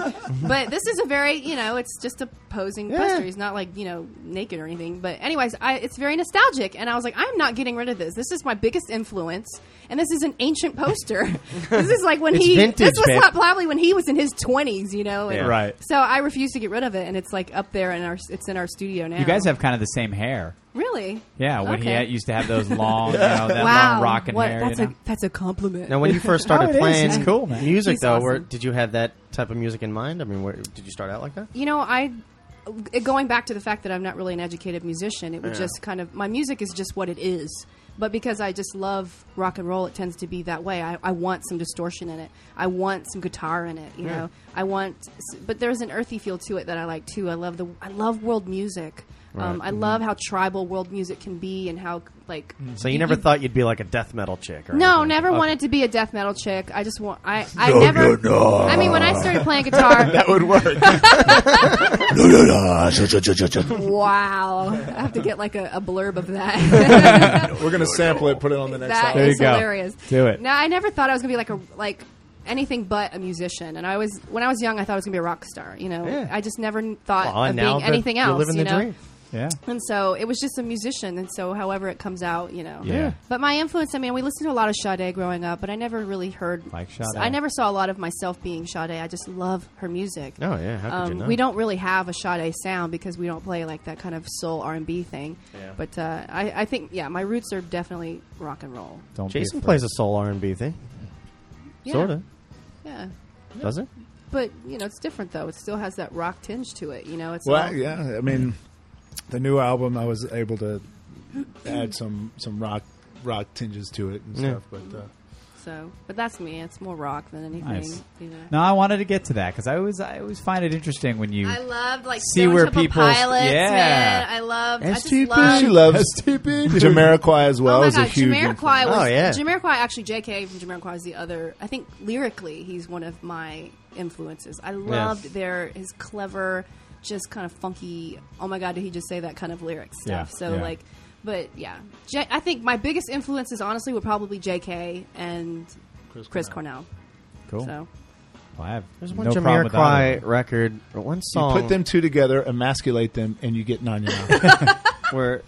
D: but this is a very, you know, it's just a posing poster. He's not like, you know, naked or anything. But anyways, I, it's very nostalgic. And I was like, I'm not getting rid of this. This is my biggest influence. And this is an ancient poster. (laughs) this is like when
A: It's
D: he,
A: vintage,
D: this was
A: babe.
D: not probably when he was in his 20s, you know? And
A: Yeah.
B: Right.
D: So I refuse to get rid of it. And it's like up there in our, it's in our studio now.
B: You guys have kind of the same hair.
D: Really?
B: Yeah, when he
D: Okay.
B: had, used to have those
A: (laughs)
B: long, you know, that long
D: Wow.
B: rocking
D: What-
B: hair.
D: that's,
B: you
D: a,
B: know?
D: that's a compliment.
A: Now, when you first started
B: (laughs) Oh, it is.
A: playing
B: It's cool, man.
A: music,
D: He's
A: though, where,
D: awesome.
A: did you have that type of music in mind? I mean, where, did you start out like that?
D: you know, I going back to the fact that I'm not really an educated musician, it would just kind of my music is just what it is. But because I just love rock and roll, it tends to be that way. I, I want some distortion in it. I want some guitar in it. You know, I want. s- But there's an earthy feel to it that I like too. I love the. I love world music. Um, I love how tribal world music can be and how like.
A: So you never thought you'd be like a death metal chick, or
D: No,
A: anything?
D: never wanted to be a death metal chick. I just want. I. I never. I mean, when I started
A: (laughs)
D: playing guitar,
E: That
D: (laughs)
E: would work.
D: Wow. I have to get like a, a blurb of that. (laughs)
E: We're gonna sample it, put it on the next
D: that
E: album.
D: is
B: you go.
D: hilarious.
B: Do it.
D: No, I never thought I was gonna be like a like anything but a musician. And I was when I was young I thought I was gonna be a rock star, you know.
A: Yeah.
D: I just never n- thought
A: Well,
D: of
A: and now
D: being
A: that
D: anything
A: you're
D: else.
A: living
D: you
A: the
D: know?
A: dream.
B: yeah.
D: And so it was just a musician, and so however it comes out, you know.
B: Yeah.
D: But my influence, I mean, we listened to a lot of Sade growing up, but I never really heard
B: Like Sade.
D: I never saw a lot of myself being Sade. I just love her music. Um,
A: Oh, yeah, how could you not?
D: We don't really have a Sade sound because we don't play like that kind of soul R and B thing. But uh, I, I think yeah, my roots are definitely rock and roll.
B: Don't be
A: Jason
B: afraid.
A: plays a soul R and B thing,
D: Yeah.
A: sort of.
D: Yeah.
A: Does it?
D: But you know, it's different though. It still has that rock tinge to it. You know, it's
E: Well,
D: all-
E: yeah. I mean, the new album, I was able to add some some rock rock tinges to it and
A: Yeah.
E: stuff. But uh,
D: So, but that's me. It's more rock than anything.
B: Nice.
D: You know.
B: No, I wanted to get to that because I always, I always find it interesting when you.
D: I loved like
B: See
D: Stone
B: where
D: Temple
B: people-
D: pilots,
B: yeah.
D: man. I loved. I just
E: she
D: loved.
E: loves Jamiroquai as well.
D: Oh my
E: is a
D: god,
E: huge
D: Jamiroquai was
A: Oh, yeah.
D: Jamiroquai actually J.K. from Jamiroquai is the other. I think lyrically, he's one of my influences. I loved their his clever, just kind of funky. Oh my god, did he just say that kind of lyric stuff?
B: Yeah,
D: So
B: yeah.
D: like, but yeah, J- I think my biggest influences honestly would probably J.K. and Chris, Cornell.
B: cool.
D: So
B: Well, I have
A: There's one
B: no problem with either of
A: Jamiroquai
B: them.
A: record, or one
E: You
A: song
B: (laughs)
E: put them two together, emasculate them, and you get Nanya.
A: where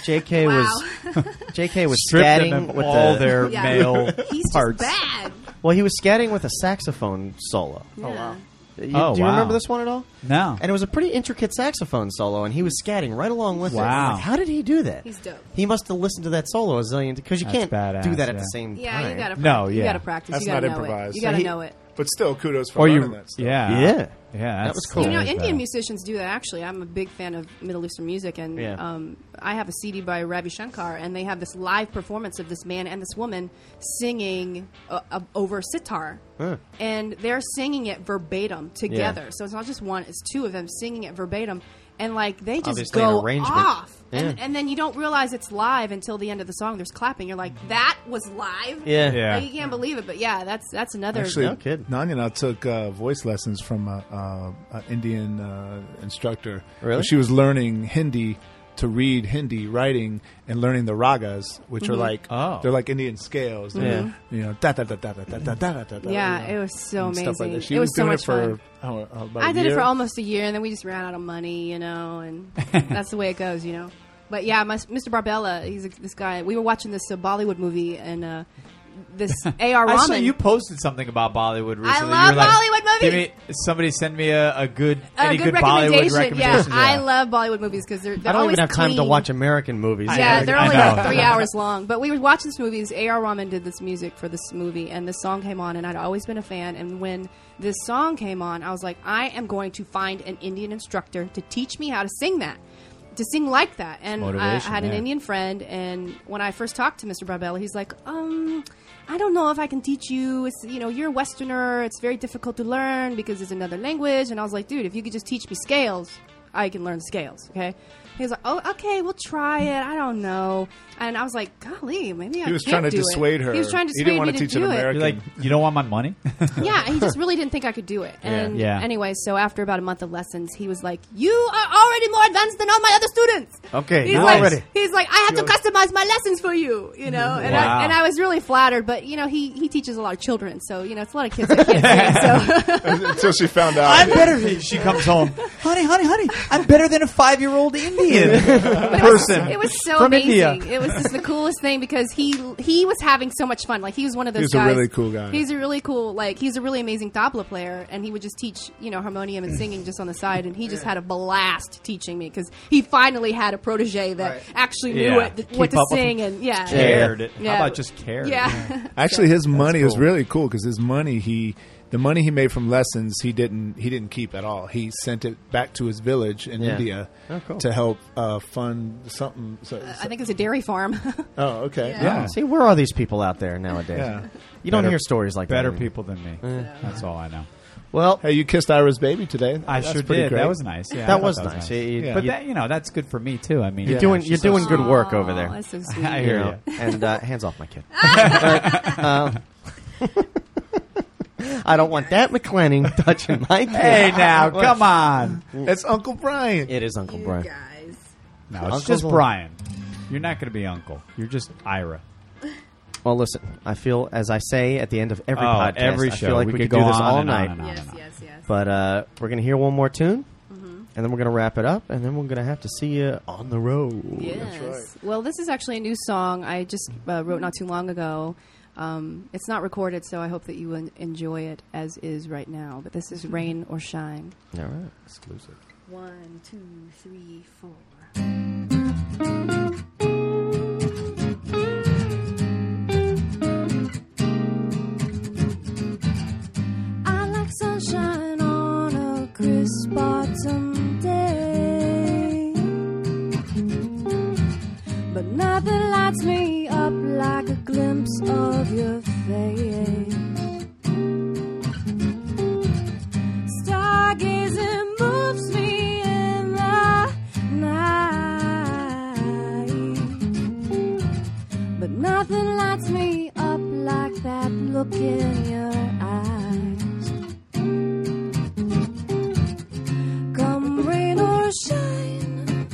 A: JK
D: Wow.
A: was
D: (laughs)
A: JK was
B: Strip them
A: scatting
B: of
A: with
B: all
A: the,
B: their
D: Yeah.
B: male
D: (laughs) He's just
B: parts.
D: bad.
A: Well, he was scatting with a saxophone solo.
D: Oh wow.
A: You-
B: Oh,
A: do you
B: wow.
A: remember this one at all?
B: No.
A: And it was a pretty intricate saxophone solo, and he was scatting right along with it.
B: Wow.
A: Like, how did he do that?
D: He's dope.
A: He must have listened to that solo a zillion because you
B: That's
A: can't
B: badass,
A: do that at
B: yeah.
A: the same
D: Yeah,
A: time.
D: you gotta. Practice.
B: No,
D: you
B: yeah.
D: gotta practice.
E: That's
D: you gotta
E: not
D: know
E: improvised.
D: it. You gotta
A: He-
D: know it.
E: But still, kudos for
B: or
E: learning
B: you,
E: that stuff.
B: yeah,
A: Yeah.
B: yeah, that's-
A: was cool.
D: You know,
B: is
D: Indian
B: bad.
D: musicians do that. Actually, I'm a big fan of Middle Eastern music, and
A: Yeah.
D: um, I have a CD by Ravi Shankar, and they have this live performance of this man and this woman singing uh, uh, over sitar,
A: Huh.
D: and they're singing it verbatim together. So it's not just one; it's two of them singing it verbatim, and like they just
A: Obviously an
D: go
A: arrangement.
D: off. And,
A: Yeah.
D: and then you don't realize it's live until the end of the song. There's clapping. You're like, "That was live."
A: Yeah.
B: Yeah.
D: Like, you can't believe it. But yeah, that's that's another.
E: Actually,
A: No kidding.
E: Nanya now took uh, voice lessons from an uh, a Indian uh, instructor.
A: Really?
E: She was learning Hindi to read Hindi writing and learning the ragas, which
D: Mm-hmm.
E: are like
B: Oh.
E: they're like Indian scales. They're, You know, da da da da da da da da da da.
D: Yeah,
E: you know,
D: it was so
E: and Stuff like
D: amazing.
E: that. She
D: It
E: was,
D: was so
E: doing
D: much
E: it for
D: fun.
E: how- how- about a
D: I did it
E: year?
D: for almost a year, and then we just ran out of money, you know, and that's the way it goes, you know. But yeah, my, Mr. Barbella, he's a, this guy. We were watching this uh, Bollywood movie, and uh, this AR Rahman.
B: I saw you posted something about Bollywood recently. You
D: love
B: were like,
D: Bollywood
B: "Give
D: movies."
B: me- somebody send me a, a good,
D: Uh,
B: any
D: good,
B: good, Bollywood
D: recommendation.
B: recommendations.
D: Yeah, I love Bollywood movies because they're, they're
A: I don't
D: always
A: even have time to
D: clean.
A: watch American movies.
D: Yeah,
B: I-
D: they're
B: I
D: only
B: know. (laughs)
D: like three hours long. But we were watching this movie. This A.R. Rahman did this music for this movie, and this song came on, and I'd always been a fan. And when this song came on, I was like, I am going to find an Indian instructor to teach me how to sing that, to sing like that. And I, I
B: Motivation,
D: had an
B: yeah.
D: Indian friend, and when I first talked to Mr. Barbella, he's like, um. I don't know if I can teach you. It's you know you're a Westerner. It's very difficult to learn because it's another language. And I was like, dude, if you could just teach me scales, I can learn scales. Okay. He was like, oh, okay, we'll try it. I don't know. And I was like, golly, maybe I
E: He was
D: can't
E: trying to
D: do it.
E: dissuade her.
D: He was trying to
E: He didn't
D: dissuade
E: want
D: me
E: to
D: to
E: teach an
D: do it.
E: American.
B: You're like, you don't want my money? (laughs)
D: (laughs) Yeah, he just really didn't think I could do it. And
B: Yeah.
D: anyway, so after about a month of lessons, he was like, "You are already more advanced than all my other students."
A: Okay,
D: he's
A: now
D: like,
A: I'm ready.
D: He's like, "I have to customize my lessons for you," you know. And,
B: Wow.
D: I, and I was really flattered, but you know, he he teaches a lot of children, so you know, it's a lot of kids that can't sing. So
E: (laughs) until she
D: (laughs)
E: found out.
B: I'm better. (laughs) She comes home, honey, honey, honey. I'm better than a five-year-old Indian person.
D: It was so
B: From
D: amazing.
B: India.
D: It was just the coolest thing because he he was having so much fun. Like he was one of those
E: He's a
D: guys.
E: really cool guy.
D: He's a really cool like he's a really amazing tabla player, and he would just teach you know harmonium and singing just on the side. And he just had a blast teaching me because he finally had a protege that actually knew
B: Yeah.
D: what, th- what
B: Keep
D: to
B: up with
D: sing and yeah.
B: Cared.
D: Yeah.
B: How about just cared?
D: Yeah,
E: Actually, his money was
B: cool.
E: really cool because his money he the money he made from lessons he didn't he didn't keep at all. He sent it back to his village in
A: Yeah.
E: India
A: Oh, cool.
E: to help uh, fund something. So,
D: (laughs) I think it was a dairy farm.
E: oh, okay, yeah.
A: See, where are these people out there nowadays?
E: (laughs) Yeah.
A: You don't
B: Better-
A: hear stories like
B: Better
A: that.
B: people than me. That's all I know.
A: Well,
E: Hey, you kissed Ira's baby today.
B: I
E: That's
B: sure
E: pretty
B: did.
E: Great.
B: That was nice. Yeah, I
A: that
B: thought
A: was nice. You- you-
E: Yeah.
B: But
A: you-
B: that, you know, that's good for me too. I mean,
A: you're
E: Yeah,
A: doing
E: she's
A: you're
E: so
A: doing good work
D: Aw, (laughs)
A: over there.
B: (laughs)
D: Oh, That's so sweet.
B: I
A: you
B: hear
A: know,
B: you.
A: and uh, hands off my kid. (laughs) But, um, I don't want that McLennan (laughs) touching my kid.
B: (laughs) Hey, now, come on.
E: That's Uncle Brian.
A: It is
B: Oh,
A: Uncle Brian.
D: guys.
B: No, it's
A: Uncle's
B: just
A: a-
B: Brian. You're not going to be uncle. You're just Ira.
A: Well, listen, I feel as I say at the end of every
B: Oh,
A: podcast,
B: every
A: I feel
B: show.
A: like
B: We
A: we,
B: could
A: could,
B: go
A: do this
B: on
A: all
B: and on
A: night.
B: and on.
D: Yes, yes, yes.
A: But uh, we're gonna hear one more tune, and then we're gonna wrap it up, and then we're gonna have to see you on the road.
D: Yes. Well, this is actually a new song I just uh, wrote not too long ago. Um, it's not recorded, so I hope that you en- enjoy it as is right now. But this is Rain or Shine.
A: All right, exclusive.
D: One, two, three, four.
F: I like sunshine on a crisp autumn day. But nothing lights me up like a glimpse of your face. Stargazing moves me in the night. But nothing lights me up like that look in your eyes. Come rain or shine,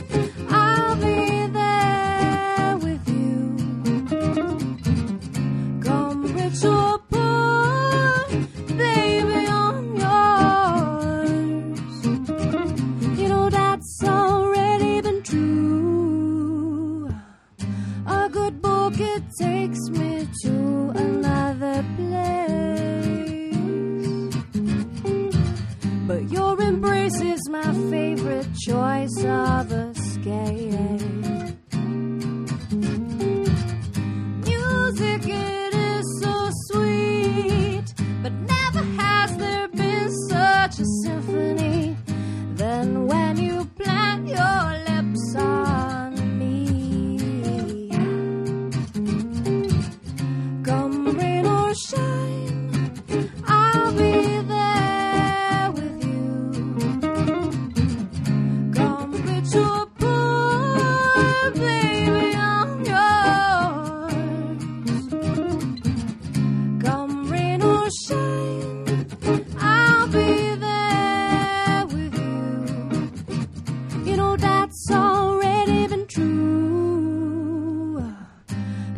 F: I'll be there with you. Come rich or poor, baby, I'm yours. You know that's already been true. This is my favorite choice of escape. Music, it is so sweet, but never has there been such a symphony than when you plant your lips on me. Come rain or shine. I'll be there with you. Come rich or poor, baby, I'm yours. Come rain or shine, I'll be there with you. You know that's already been true.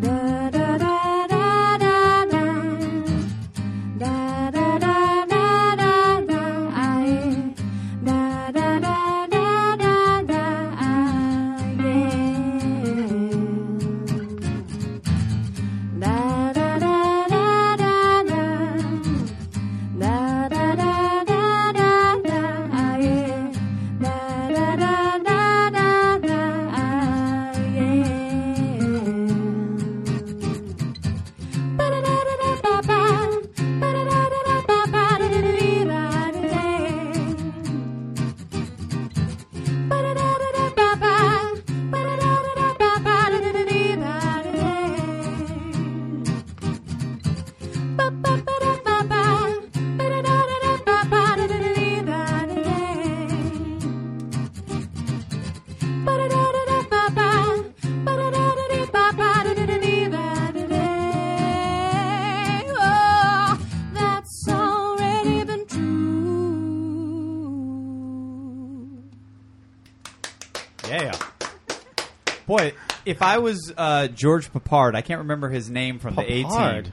F: Da da da da da da. Da da da da da da I da da da da da da I Da da da da da da Da da da da da da I Da da da da da da I That's already been true.
B: Yeah. Boy, if I was uh, George Papard, I can't remember his name from the A
A: Papard?
B: team.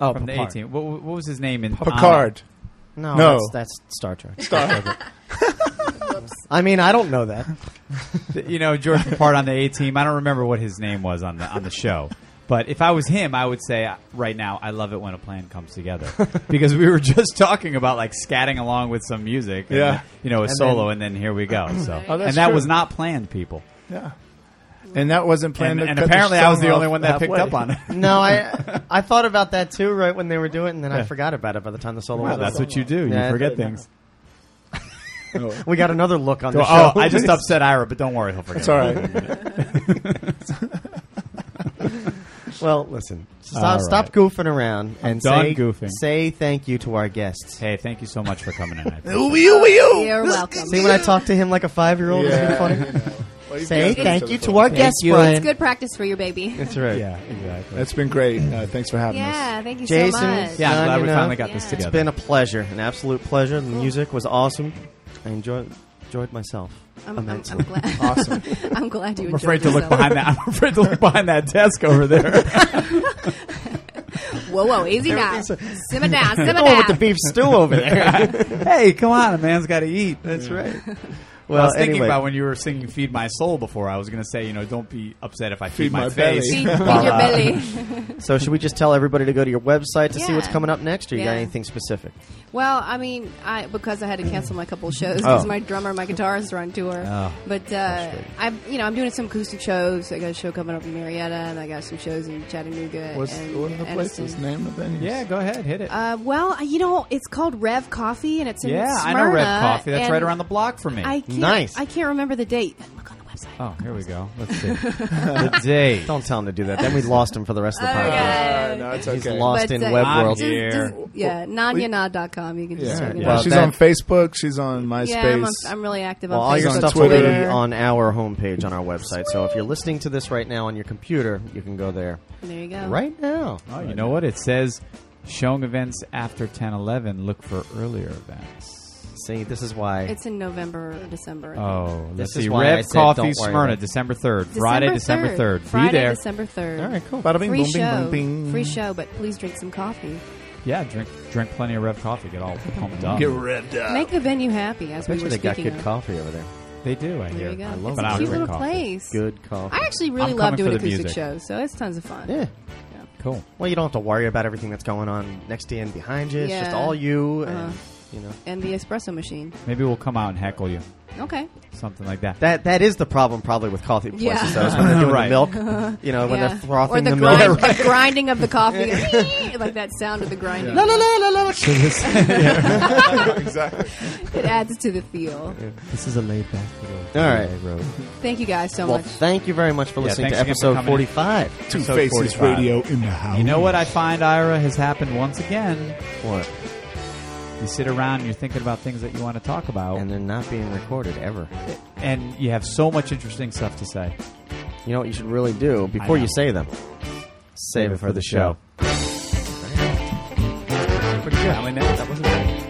A: Oh,
B: from the A
A: Picard.
B: team. What, what was his name in (laughs)
E: Picard.
A: No,
E: No.
A: That's, that's Star Trek. I mean, I don't know that.
B: Honor? You know, George Papard on the A team. I don't remember what his name was on the on the show. But if I was him, I would say uh, right now, I love it when a plan comes together because we were just talking about like scatting along with some music, and,
E: Yeah.
B: You know, a solo, and then here we go. So,
D: Oh,
E: that's
B: and that
E: true.
B: was not planned, people.
E: Yeah. And that wasn't planned.
B: And,
E: to
B: and
E: cut
B: apparently,
E: the
B: I was the
E: song
B: only
E: off
B: one that picked
E: halfway.
B: up on it.
A: No,
B: (laughs)
A: I I thought about that too right when they were doing it, and then I forgot about it by the time the solo
B: Well,
A: was
B: that's
A: over.
B: what you do. You
A: Yeah, I
B: forget
A: did.
B: things.
E: Oh.
A: We got another look on the
B: oh,
A: show.
B: I just upset Ira, but don't worry, he'll forget.
E: It's
B: (laughs)
E: all right.
A: well, listen. Stop,
B: All right.
A: stop goofing around and
B: done
A: say
B: goofing.
A: say thank you to our guests.
B: Hey, thank you so much for coming in. I appreciate
E: Ooh, you, you.
D: You're welcome.
A: See when I talk to him like a five year old,
E: Yeah,
B: (laughs)
A: funny.
E: you know. (laughs) Well, you
A: Say
E: guys are
A: thank
E: so
A: you to
E: funny.
A: our guests,
G: you.
A: Brian.
D: It's good practice for your baby.
A: That's right.
B: it. Yeah, exactly.
E: That's been great. Uh, thanks for having us.
D: Yeah, thank you
A: Jason,
D: so much.
B: Yeah,
A: John,
B: I'm glad we
A: you know,
B: finally got this
D: yeah.
B: together.
A: It's been a pleasure, an absolute pleasure. The music was awesome. I enjoyed enjoyed myself
D: I'm, I'm,
A: (laughs) immensely.
D: I'm glad.
E: Awesome.
D: (laughs) I'm glad you.
B: I'm afraid to look behind that. I'm (laughs) afraid to look behind that desk over there.
D: Whoa, whoa, easy
B: (laughs)
D: now. Simmer down, simmer
A: Oh, with the
D: down.
A: beef stew over there.
B: hey, come on, a man's got to eat. That's right. (laughs)
A: well,
B: I was thinking
A: anyway.
B: about when you were singing "Feed My Soul" before. I was going to say, you know, don't be upset if I feed,
E: Feed my
B: face.
E: belly.
D: Feed, feed your belly.
A: so, should we just tell everybody to go to your website to see what's
D: Yeah.
A: coming up next, or you got
D: Yeah.
A: anything specific?
D: Well, I mean, I because I had to cancel my couple shows because
A: Oh.
D: my drummer, and my guitarist are on tour.
B: Oh,
D: but uh, I, you know, I'm doing some acoustic shows. I got a show coming up in Marietta, and I got some shows in Chattanooga.
E: What's
D: and
E: what are the places?
D: Anniston.
E: Name of
B: (laughs)
E: venues?
B: Yeah, go ahead, hit it.
D: Uh, well, you know, it's called Rev Coffee, and it's in
B: yeah, I
D: Smyrna.
B: know Red Coffee. That's
D: and
B: right around the block for me.
D: I can't,
A: Nice.
D: I can't remember the date. Look on the website.
B: oh, here we go. Let's
A: (laughs)
B: see
D: (laughs)
B: the day.
A: Don't tell him to do that. Then we lost him for the rest of the podcast.
E: Uh, no, it's
A: He's
E: okay.
A: lost
D: But,
A: in
D: uh,
A: web
B: I'm
A: world.
B: here.
D: Just, just, yeah, nanyanod.com. You can just
E: Yeah,
D: check it
E: yeah.
A: Well,
D: out.
E: she's
A: that-
E: on Facebook. She's on MySpace.
D: Yeah, I'm, on, I'm really active
A: Well,
D: on
A: all
D: Facebook.
A: your
E: on
A: stuff will be
E: Twitter.
A: on our homepage on our website. So if you're listening to this right now on your computer, you can go there
D: There you go.
A: right now.
B: Oh, you know what? It says showing events after 10 11. Look for earlier events.
A: See, this is why.
D: It's in November or December. I think.
B: Oh,
A: This
B: let's
A: is
B: see.
A: why I
B: Rev
A: said
B: Coffee,
A: don't worry
B: Smyrna,
A: about it.
B: December 3rd. Friday, December 3rd.
D: Friday,
B: Be there.
D: December 3rd.
A: all right, cool.
E: Bada bing,
D: Free
E: boom, bing,
D: show.
E: boom, bing.
D: Free show, but please drink some coffee.
B: Yeah, drink drink plenty of Rev Coffee. Get all pumped up.
E: Get uh, revved up.
D: Make the venue happy, as
A: I bet
D: we
A: you
D: were
A: they got
D: speaking
A: good
D: of.
A: coffee over there.
B: they do, I
D: There
B: hear.
D: you go.
B: I
D: it's
B: love
D: a
B: it.
D: cute
B: Drink
D: little
B: coffee.
D: place.
A: Good coffee.
D: I actually really
B: I'm
D: love
B: coming
D: doing
B: for the
D: acoustic
B: music.
D: shows, so it's tons of fun.
A: Yeah.
B: Cool.
A: Well, you don't have to worry about everything that's going on next to you and behind you. It's just
D: Yeah.
A: all you. And,
D: Uh-huh.
A: you know.
D: and the espresso machine.
B: Maybe we'll come out and heckle you,
D: Okay.
B: something like that.
A: That that is the problem probably with coffee places
D: Yeah.
A: though, is when
D: (laughs)
A: they're doing
B: Right.
A: the milk. You know, Uh, when
D: yeah.
A: they're frothing
D: or the,
A: the
D: grind,
A: milk.
D: the grinding of the coffee, like that sound of the grinding.
A: La, la, la, la, la, la.
B: So this, yeah,
E: exactly.
D: It adds to the feel.
B: this is a laid back little.
A: (laughs) All right.
D: Thank you guys so
A: Well,
D: much.
A: thank you very much for
B: Yeah,
A: listening to
B: thanks again for
A: episode
B: coming in.
A: 45.
E: Two
B: Episode
E: Faces
B: 45.
E: Radio in the house.
B: You know what I find, Ira, has happened once again.
A: What?
B: You sit around and you're thinking about things that you want to talk about,
A: And
B: and,
A: they're not being recorded ever.
B: you have so much interesting stuff to say.
A: You know what you should really do before
B: know.
A: you say them? Save it for the show.
B: Pretty good. I mean, that, that wasn't bad.